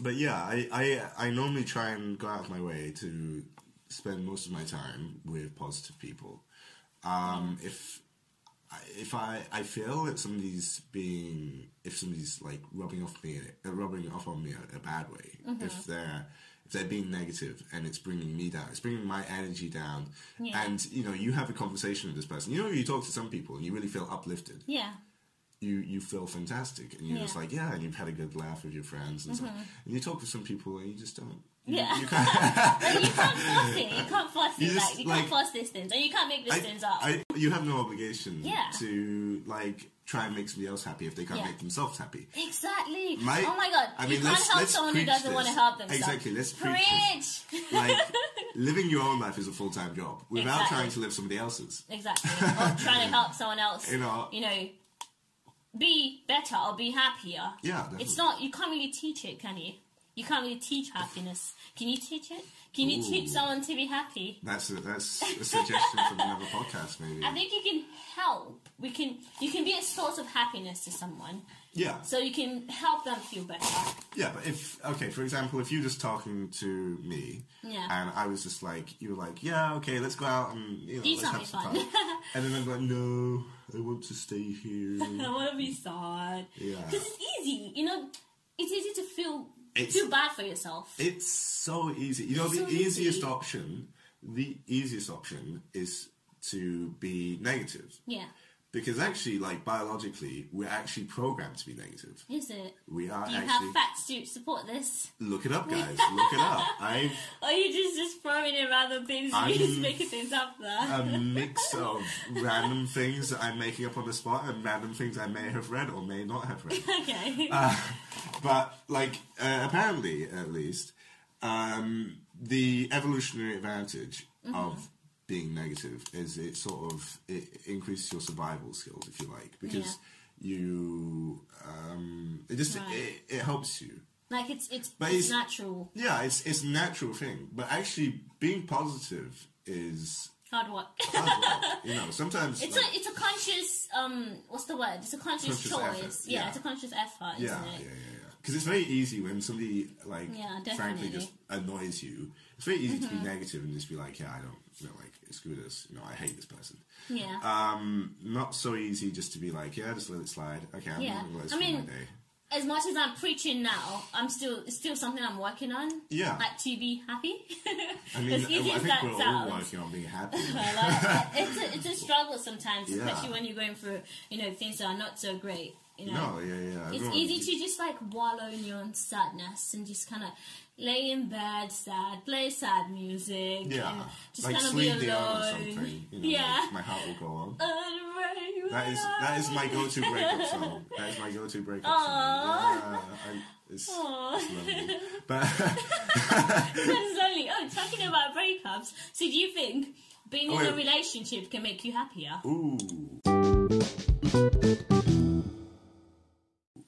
S2: but yeah I, I i normally try and go out of my way to spend most of my time with positive people um if if I, I feel that somebody's being if somebody's like rubbing off me uh, rubbing off on me a, a bad way if they're if they're being negative and it's bringing me down it's bringing my energy down
S1: Yeah.
S2: and you know you have a conversation with this person you know you talk to some people and you really feel uplifted
S1: Yeah,
S2: you you feel fantastic and you're
S1: Yeah. Mm-hmm.
S2: just like yeah and you've had a good laugh with your friends and stuff and you talk with some people and you just don't you,
S1: Yeah.
S2: you
S1: [laughs]
S2: can't,
S1: like you can't force it. You can't force
S2: You
S1: it.
S2: just,
S1: like you
S2: like-
S1: can't force these things, and you can't make these
S2: I,
S1: things up.
S2: I- you have no obligation
S1: Yeah.
S2: to like try and make somebody else happy if they can't
S1: Yeah.
S2: make themselves happy
S1: exactly.
S2: My-
S1: oh my god,
S2: I mean,
S1: you can't
S2: let's-
S1: help
S2: let's
S1: someone who
S2: preach
S1: doesn't
S2: this.
S1: want to help themselves.
S2: Exactly, let's preach
S1: preach.
S2: this. [laughs] like living your own life is a full-time
S1: [laughs]
S2: job without
S1: Exactly.
S2: trying to live somebody else's
S1: Exactly. Or trying to help someone else.
S2: You know.
S1: You know, be better or be happier.
S2: Yeah, definitely.
S1: It's not. You can't really teach it, can you? You can't really teach happiness. Can you teach it? Can you teach
S2: Ooh.
S1: someone to be happy?
S2: that's a, that's a suggestion from another podcast maybe
S1: I think you can help. We can. You can be a source of happiness to someone,
S2: yeah
S1: so you can help them feel better. [laughs]
S2: Yeah, but if okay, for example, if you're just talking to me,
S1: Yeah.
S2: and I was just like, you were like, yeah, okay, let's go out and you know,
S1: Do
S2: let's
S1: something
S2: have some
S1: fun.
S2: fun,
S1: [laughs]
S2: and then I'm like, no, I want to stay
S1: [laughs]
S2: here.
S1: I want to be sad.
S2: Yeah.
S1: Because it's easy, you know. It's easy to feel
S2: It's-
S1: feel bad for yourself.
S2: it's so easy. You know,
S1: It's
S2: the
S1: so easy.
S2: easiest option, the easiest option is to be negative,
S1: yeah.
S2: because actually, like biologically, we're actually programmed to be negative.
S1: Is it?
S2: We are
S1: Do you
S2: actually
S1: have facts to support this,
S2: look it up,
S1: [laughs]
S2: guys. look it up. I've
S1: or you just just throwing in random things? [laughs]
S2: I'm-
S1: you just making things up there.
S2: a mix of random things that I'm making up on the spot and random things I may have read or may not have read.
S1: [laughs] okay.
S2: uh, But like, uh, apparently, at least, um, the evolutionary advantage
S1: Mm-hmm.
S2: of being negative is it sort of it increases your survival skills, if you like, because you um, it just
S1: Right.
S2: it, it helps you.
S1: like it's it's,
S2: but
S1: it's
S2: it's-
S1: natural.
S2: Yeah, it's it's a natural thing, but actually being positive is
S1: Hard work. [laughs]
S2: hard work. You know, sometimes
S1: It's
S2: like,
S1: a it's a conscious um what's the word? It's a conscious,
S2: Conscious effort,
S1: choice. Yeah,
S2: yeah.
S1: it's a conscious effort,
S2: yeah, yeah,
S1: isn't
S2: yeah,
S1: it?
S2: yeah. Because it's very easy when somebody like
S1: Yeah, definitely.
S2: frankly
S1: Mm-hmm.
S2: just annoys you. It's very easy to be negative and just be like, yeah, I don't, you know, like screw this. You know, I hate this person.
S1: Yeah.
S2: Um, not so easy just to be like, yeah, just let it slide. Okay, I'm
S1: Yeah.
S2: not gonna let this
S1: I
S2: be my
S1: mean- [laughs]
S2: day.
S1: as much as I'm preaching now, I'm still it's still something I'm working on.
S2: Yeah.
S1: Like to be happy. [laughs]
S2: I mean,
S1: as easy
S2: I
S1: as
S2: think
S1: that
S2: we're all
S1: [laughs] sounds.
S2: working on being happy.
S1: Like,
S2: [laughs]
S1: it's a, it's a struggle sometimes,
S2: Yeah.
S1: especially when you're going through you know things that are not so great. You know,
S2: no, yeah, yeah.
S1: it's
S2: everyone-
S1: easy to just like wallow in your own sadness and just kind of lay in bed sad, play sad music,
S2: yeah,
S1: and just
S2: like
S1: kind of be
S2: Celine
S1: alone.
S2: Dion or something. You know,
S1: yeah. Oh
S2: like, my heart will go
S1: [laughs]
S2: on.
S1: Unravel.
S2: That is that is my go-to breakup song. That is my go-to breakup
S1: Aw. Oh
S2: song. Yeah, I, it's,
S1: [laughs] Aw.
S2: it's lovely. But [laughs]
S1: That's lovely. Oh, talking about breakups. So, do you think being
S2: Oh,
S1: in
S2: yeah.
S1: a relationship can make you happier?
S2: ooh. Wait,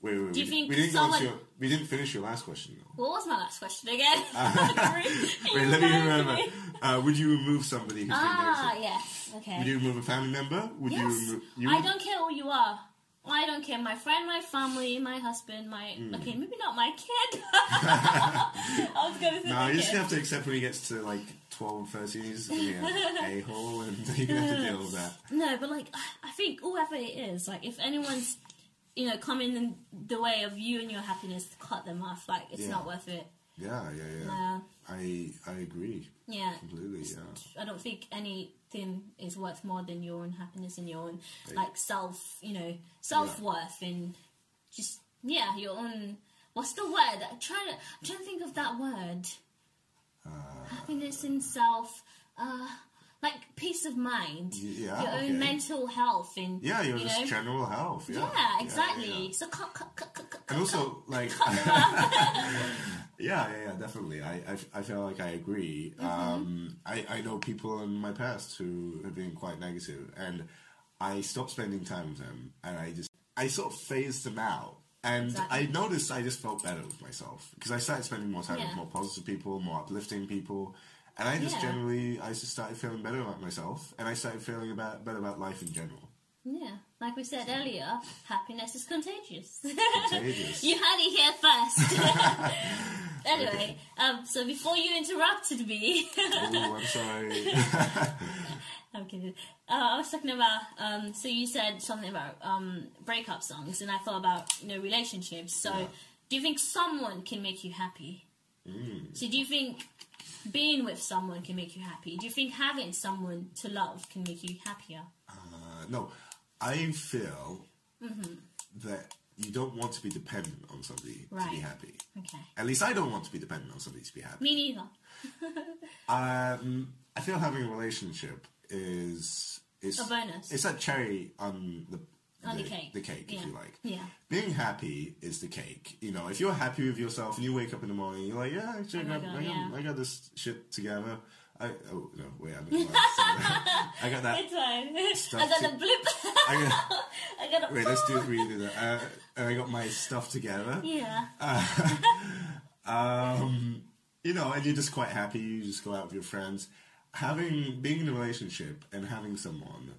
S2: wait, wait.
S1: Do you
S2: we,
S1: think
S2: we didn't go
S1: someone-
S2: to your, we didn't finish your last question
S1: [laughs]
S2: though.
S1: What was my last question again?
S2: [laughs] Wait, let me remember. Uh, would you remove somebody who's
S1: Ah,
S2: been
S1: yes. Okay.
S2: Would you remove a family member? Would you
S1: yes.
S2: remove you
S1: I
S2: would-
S1: don't care who you are. I don't care. My friend, my family, my husband, my
S2: Hmm.
S1: okay, maybe not my
S2: [laughs]
S1: kid. I was going to say
S2: No,
S1: my
S2: you just
S1: kid.
S2: have to accept when he gets to like 12, 13, he's going to be
S1: [laughs]
S2: an a-hole and [laughs] you're going to have to deal with that.
S1: No, but like I think whoever it is, like if anyone's you know coming in the way of you and your happiness, cut them off. Like it's
S2: Yeah.
S1: not worth it.
S2: Yeah, yeah, yeah.
S1: Nah.
S2: I I agree
S1: Yeah.
S2: completely. Yeah,
S1: I don't think anything is worth more than your own happiness and your own like self, you know, self worth and just yeah, your own. What's the word? I'm trying to I'm trying to think of that word.
S2: Uh,
S1: happiness and self, uh, like peace of mind.
S2: Y- yeah,
S1: your
S2: okay.
S1: own mental health and
S2: yeah. Your
S1: you
S2: just
S1: know.
S2: general health. Yeah,
S1: yeah,
S2: yeah,
S1: exactly.
S2: yeah.
S1: So cut, cut, cut, cut, cut, cut,
S2: And also,
S1: [laughs]
S2: like, [laughs] yeah, yeah, yeah, definitely. I, I, I feel like I agree.
S1: Mm-hmm.
S2: Um, I, I know people in my past who have been quite negative, and I stopped spending time with them, and I just, I sort of phased them out. And
S1: Exactly.
S2: I noticed I just felt better with myself because I started spending more time with
S1: Yeah.
S2: more positive people, more uplifting people, and I just
S1: Yeah.
S2: generally I just started feeling better about myself, and I started feeling about better about life in general.
S1: Yeah, like we said earlier, happiness is contagious. [laughs]
S2: Contagious.
S1: you had it here
S2: [laughs]
S1: first. [laughs] anyway, um, so before you interrupted me, [laughs]
S2: oh, I'm sorry.
S1: I'm kidding. Uh, I was talking about. Um, so you said something about um, breakup songs, and I thought about you know relationships. So,
S2: Yeah.
S1: do you think someone can make you happy?
S2: Mm.
S1: So, do you think being with someone can make you happy? Do you think having someone to love can make you happier?
S2: Uh, no, I feel
S1: Mm-hmm.
S2: that you don't want to be dependent on somebody to be
S1: Right.
S2: happy.
S1: Okay,
S2: At least I don't want to be dependent on somebody to be happy.
S1: me neither.
S2: Um, I feel having a relationship is is
S1: A bonus.
S2: It's that cherry on the
S1: On the cake.
S2: the cake, if
S1: Yeah.
S2: you like.
S1: Yeah.
S2: Being happy is the cake. You know, if you're happy with yourself and you wake up in the morning, you're like, yeah, actually, I,
S1: Oh my
S2: got,
S1: God,
S2: I, got,
S1: yeah.
S2: I got this shit together. I oh no, wait, I'm [laughs] I got that.
S1: [laughs] It's fine. I
S2: Uh, Stuff
S1: got
S2: to-
S1: the blip. [laughs]
S2: I got,
S1: I got a [laughs]
S2: Wait, let's do redo that. Uh, and I got my stuff together. Uh,
S1: Yeah.
S2: [laughs] Um, you know, and you're just quite happy. You just go out with your friends. Having being in a relationship and having someone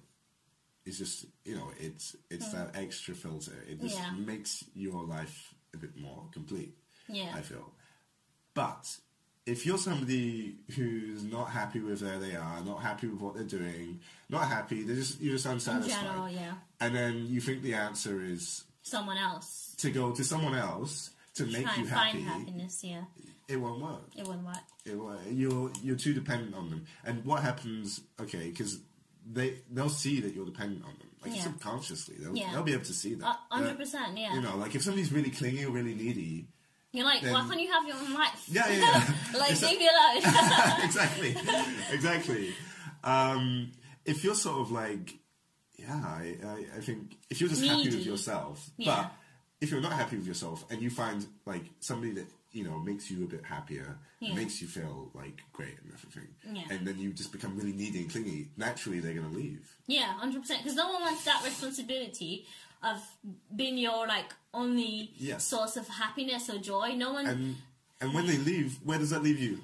S2: is just you know it's it's that extra filter. It just
S1: Hmm. Yeah.
S2: makes your life a bit more complete.
S1: Yeah.
S2: I feel. But if you're somebody who's not happy with where they are, not happy with what they're doing, not happy, they're just you're just unsatisfied.
S1: general, yeah.
S2: And then you think the answer is
S1: Someone else.
S2: to go to someone else to make
S1: Try
S2: you
S1: and
S2: happy,
S1: find happiness, yeah.
S2: it won't work.
S1: It wouldn't work.
S2: It won't, you're you're too dependent on them. And what happens? Okay, because they they'll see that you're dependent on them, like
S1: Yeah.
S2: subconsciously. They'll,
S1: Yeah.
S2: they'll be able to see that.
S1: Uh,
S2: They'll-
S1: 100%, yeah.
S2: You know, like if somebody's really clingy or really needy.
S1: You're like, why
S2: then-
S1: can't you have your own life?
S2: Yeah, yeah,
S1: [laughs] like, leave me alone.
S2: yeah. [laughs] exactly, exactly. Um, if you're sort of like, yeah, I, I, I think if you're just happy with
S1: Needy.
S2: yourself,
S1: Yeah.
S2: but if you're not happy with yourself and you find like somebody that you know makes you a bit happier,
S1: Yeah.
S2: makes you feel like great and everything,
S1: Yeah.
S2: and then you just become really needy and clingy, naturally they're gonna leave.
S1: [laughs] yeah, 100%. Because no one wants that responsibility of being your, like, only
S2: Yes.
S1: source of happiness or joy. No one.
S2: And and when they leave, where does that leave you?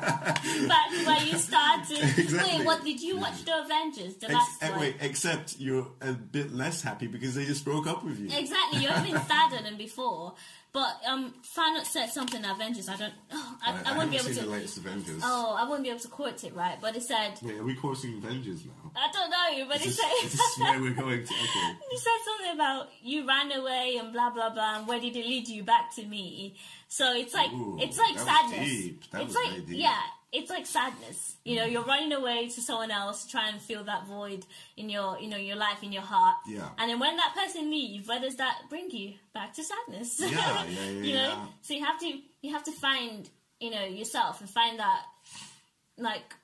S1: back to
S2: [laughs]
S1: where you started.
S2: Exactly.
S1: Wait, what did you watch? The Avengers, the
S2: Ex-
S1: last
S2: eh,
S1: one.
S2: wait, except you're a bit less happy because they just broke up with you.
S1: Exactly, you've
S2: [laughs]
S1: been sadder than before. But um, Final said something in Avengers. I don't. Oh, I, I, won't be
S2: haven't
S1: able
S2: seen the
S1: to.
S2: latest Avengers.
S1: Oh, I won't be able to quote it right. But it said,
S2: Wait, are we quoting Avengers now?
S1: I don't know. But it
S2: Is this,
S1: said,
S2: is this where we're going to?
S1: [laughs]
S2: Okay.
S1: You said something about you ran away and blah blah blah, and where did it lead you back to me? So it's like
S2: Ooh,
S1: it's like
S2: that was
S1: sadness.
S2: deep. That
S1: it's
S2: was
S1: like
S2: very deep. Mm.
S1: yeah, it's like sadness. You know, you're running away to someone else to try and fill that void in your you know your life in your heart.
S2: Yeah.
S1: And then when that person leaves, where does that bring you back to sadness? [laughs]
S2: Yeah, yeah, yeah,
S1: you know,
S2: yeah.
S1: so you have to you have to find you know yourself and find that like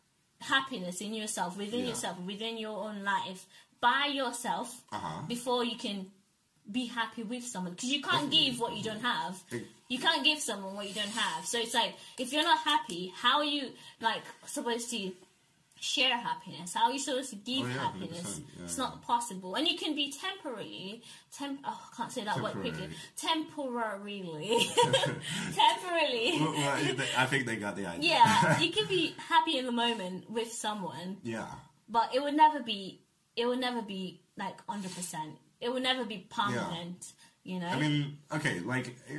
S1: happiness in yourself within
S2: Yeah.
S1: yourself within your own life by yourself
S2: Uh-huh.
S1: before you can be happy with someone because you can't
S2: Definitely.
S1: give what you don't have
S2: Ex-
S1: you can't give someone what you don't have so it's like if you're not happy how are you like supposed to share happiness how are you supposed to give
S2: Oh, yeah,
S1: happiness
S2: 100%. Yeah,
S1: it's
S2: yeah.
S1: not possible and you can be temporarily temp oh, I can't say that word quickly
S2: [laughs]
S1: temporarily temporarily
S2: Well, well, I think- I think they got the idea.
S1: yeah you can be happy in the moment with someone
S2: [laughs] Yeah.
S1: but it would never be it would never be like 100% it would never be permanent you know
S2: I mean, okay, like eh,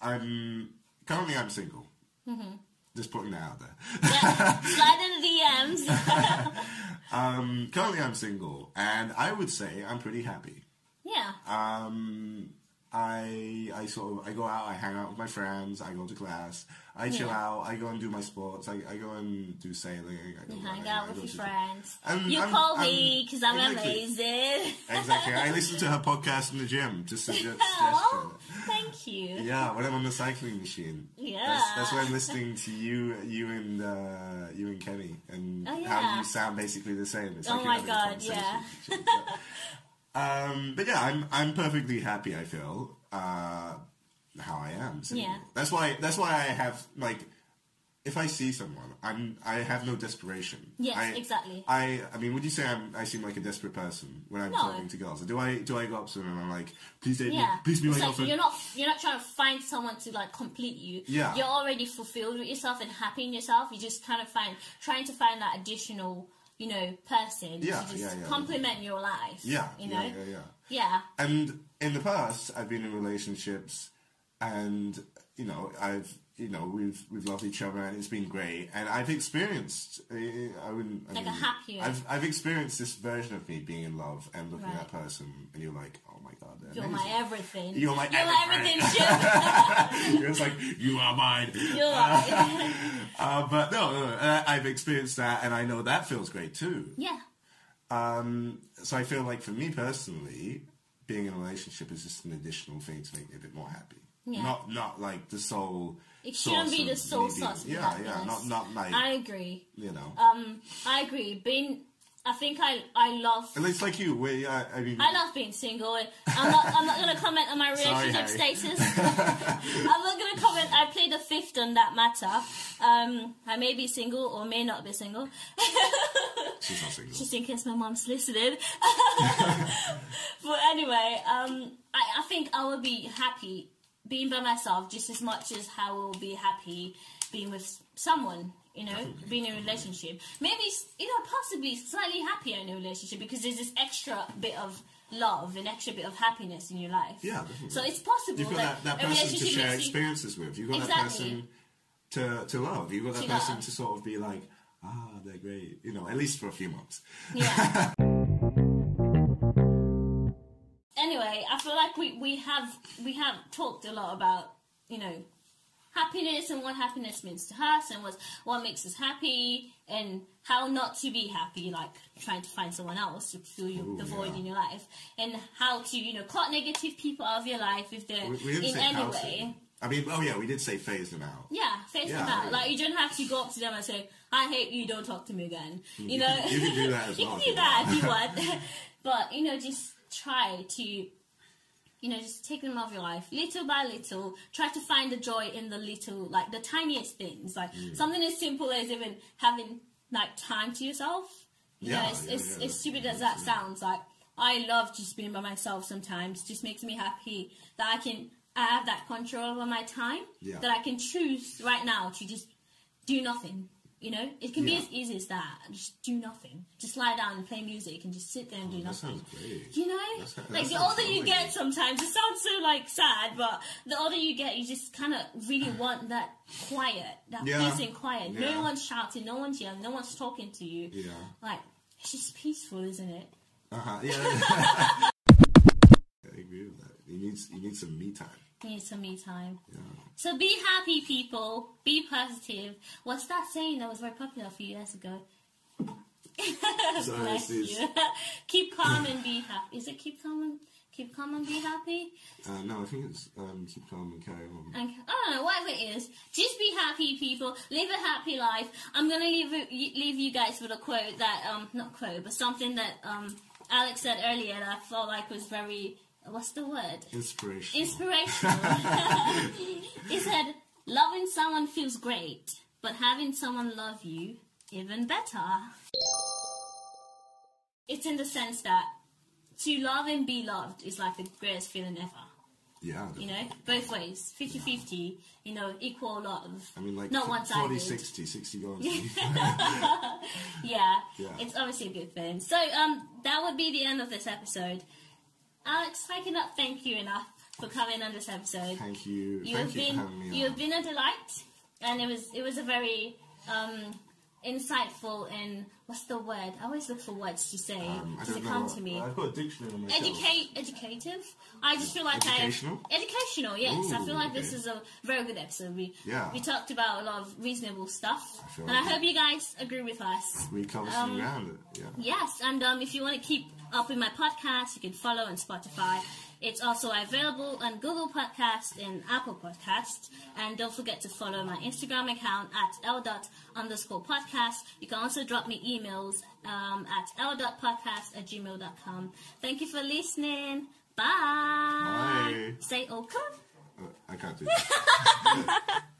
S2: I'm currently I'm single. Mm-hmm. Just putting that out there.
S1: yeah, slide in the DMs
S2: Um, [laughs] currently I'm single, and I would say I'm pretty happy. [laughs]
S1: yeah
S2: Um, I I sort of I go out, I hang out with my friends, I go to class, I chill
S1: Yeah.
S2: out, I go and do my sports, I, I go and do sailing, I go
S1: you
S2: running,
S1: hang
S2: I
S1: out with
S2: go
S1: your
S2: to-
S1: friends
S2: I'm-
S1: you
S2: I'm-
S1: call
S2: I'm-
S1: me because I'm
S2: exactly.
S1: amazing
S2: [laughs] Exactly. I listen to her podcast in the gym just
S1: [laughs]
S2: to just,
S1: Aw,
S2: just
S1: thank you [laughs]
S2: Yeah, when I'm on the cycling machine. That's, that's when I'm listening to you, you and uh, you and Kenny, and
S1: Oh,
S2: how
S1: yeah.
S2: you sound basically the same. It's
S1: Oh
S2: like
S1: my
S2: you're
S1: God,
S2: having a conversation. [laughs] um, but yeah, I'm I'm perfectly happy. I feel uh, how I am. single.
S1: Yeah.
S2: That's why that's why I have like. If I see someone, I'm I have no desperation.
S1: Yes,
S2: I,
S1: exactly.
S2: I I mean, would you say I'm, I seem like a desperate person when I'm
S1: No.
S2: talking to girls? Or do I do I go up to them and I'm like, please date me,
S1: yeah
S2: please be my
S1: it's like
S2: girlfriend?
S1: you're not you're not trying to find someone to like complete you
S2: Yeah.
S1: you're already fulfilled with yourself and happy in yourself you just kind of find trying to find that additional you know person
S2: Yeah,
S1: to just
S2: yeah, yeah, yeah.
S1: complement your life
S2: yeah,
S1: you know
S2: yeah, yeah, yeah.
S1: Yeah.
S2: and in the past i've been in relationships and you know i've you know we've we've loved each other and it's been great and i've experienced uh, i wouldn't I
S1: Like a
S2: mean,
S1: happier-
S2: i've i've experienced this version of me being in love and looking at
S1: Right.
S2: that person and you're like oh my god they're
S1: You're my
S2: amazing.
S1: everything.
S2: You're my everything.
S1: Chip.
S2: [laughs] you're just like you are
S1: [laughs]
S2: mine
S1: You're
S2: [laughs]
S1: my-
S2: uh, but no, no, no uh, i've experienced that and i know that feels great too
S1: yeah.
S2: Um, so I feel like for me personally, being in a relationship is just an additional thing to make me a bit more happy.
S1: Yeah.
S2: Not not like the sole.
S1: It shouldn't
S2: source
S1: be the
S2: of
S1: sole
S2: me
S1: source. of
S2: Being, yeah, yeah.
S1: happiness.
S2: Not not like
S1: I agree.
S2: you know.
S1: Um, I agree. Being, I think I, I love.
S2: at least like you, we. I, I mean,
S1: I love being single. I'm not, I'm not going to comment on my
S2: Sorry,
S1: relationship
S2: Harry.
S1: status.
S2: [laughs]
S1: I'm not going to comment. I played a fifth on that matter. Um, I may be single or may not be single.
S2: she's not single.
S1: just in case my mom's
S2: [laughs]
S1: listening. but anyway, um, I, I think I will be happy being by myself just as much as how I will be happy being with someone. You know, being in a relationship, maybe s- you know, possibly slightly happier in a relationship because there's this extra bit of love, an extra bit of happiness in your life.
S2: Yeah, definitely.
S1: So it's possible
S2: You've got
S1: that,
S2: that, that
S1: a
S2: person to
S1: relationship
S2: share
S1: makes you-
S2: experiences with. You've got that
S1: Exactly.
S2: person to to love. You've got that
S1: To
S2: person
S1: love.
S2: to sort of be like, ah, they're great. You know, at least for a few months.
S1: Yeah. anyway, I feel like we, we have we have talked a lot about you know happiness and what happiness means to us and what what makes us happy and how not to be happy, like trying to find someone else to fill your,
S2: Ooh,
S1: the void
S2: yeah.
S1: in your life, and how to you know cut negative people out of your life if they're
S2: We, we didn't
S1: in
S2: say
S1: any
S2: housing.
S1: way.
S2: I mean, oh yeah, we did say phase them out.
S1: Yeah, face
S2: Yeah,
S1: them out.
S2: yeah.
S1: Like you don't have to go up to them and say, "I hate you. Don't talk to me again." You, know,
S2: can- you can
S1: [laughs]
S2: do that as
S1: you
S2: well
S1: can
S2: if
S1: do
S2: you
S1: that if you want, [laughs] but you know, just try to, you know, just take them off your life little by little. Try to find the joy in the little, like the tiniest things, like something as simple as even having like time to yourself. You
S2: Yeah,
S1: know, it's,
S2: yeah,
S1: it's,
S2: yeah,
S1: as stupid as
S2: yeah,
S1: that sounds, like I love just being by myself sometimes. It just makes me happy that I can I have that control over my time.
S2: Yeah.
S1: That I can choose right now to just do nothing. You know, it can
S2: Yeah.
S1: be as easy as that. Just do nothing. Just lie down and play music and just sit there and do
S2: That
S1: nothing.
S2: sounds great.
S1: You know,
S2: Oh, That's- that
S1: like the
S2: sounds
S1: older you
S2: lovely.
S1: get, sometimes it sounds so like sad, but the older you get, you just kind of
S2: [sighs]
S1: really want that quiet, that
S2: Yeah.
S1: peace and quiet.
S2: Yeah.
S1: No one's shouting, no one's yelling, no one's talking to you.
S2: Yeah.
S1: Like it's just peaceful, isn't it?
S2: Uh-huh. Yeah. I
S1: [laughs]
S2: agree with that. You need you need some me time.
S1: You need some me time.
S2: Yeah.
S1: So be happy, people. Be positive. What's that saying that was very popular a few years ago? Bless
S2: it's-
S1: you. [laughs] keep calm and be happy. Is it keep calm and keep calm and be happy?
S2: Uh, no, I think it's um, keep calm and carry on.
S1: Okay. I don't know, whatever it is. Just be happy, people. Live a happy life. I'm gonna leave it- leave you guys with a quote that um not quote but something that um Alex said earlier that I felt like was very what's the word
S2: Inspiration. [laughs]
S1: inspirational. he said, "Loving someone feels great, but having someone love you even better." It's in the sense that to love and be loved is like the greatest feeling ever
S2: yeah.
S1: you know both ways 50 50 you know equal love
S2: I mean, like
S1: not
S2: f-
S1: one
S2: 40,
S1: sided
S2: 60, 60
S1: [laughs]
S2: going.
S1: yeah.
S2: Yeah.
S1: it's obviously a good thing so um that would be the end of this episode alex i cannot thank you enough for coming on this episode
S2: Thank you.
S1: you
S2: Thank
S1: have
S2: you
S1: been
S2: for having me
S1: you
S2: on.
S1: have been a delight and it was it was a very um insightful and what's the word i always look for words to say
S2: Um, I
S1: because
S2: don't
S1: it
S2: know.
S1: comes
S2: what-
S1: to me
S2: I've got a dictionary on my shelf.
S1: Educate, educative. I just feel like
S2: Educational?
S1: I educational. Yes, I
S2: Ooh,
S1: feel like this
S2: okay.
S1: is a very good episode. We
S2: Yeah.
S1: we talked about a lot of reasonable stuff,
S2: I feel
S1: and I
S2: like-
S1: hope you guys agree with us.
S2: We cover
S1: um,
S2: some ground. Yeah.
S1: Yes, and um, if you want to keep up with my podcast, you can follow on Spotify. It's also available on Google Podcast and Apple Podcast. And don't forget to follow my Instagram account at l dot underscore podcast. You can also drop me emails um, at l dot podcast at gmail.com. Thank you for listening. Bye.
S2: Bye.
S1: Say okay. [laughs]
S2: Uh, I can't do that.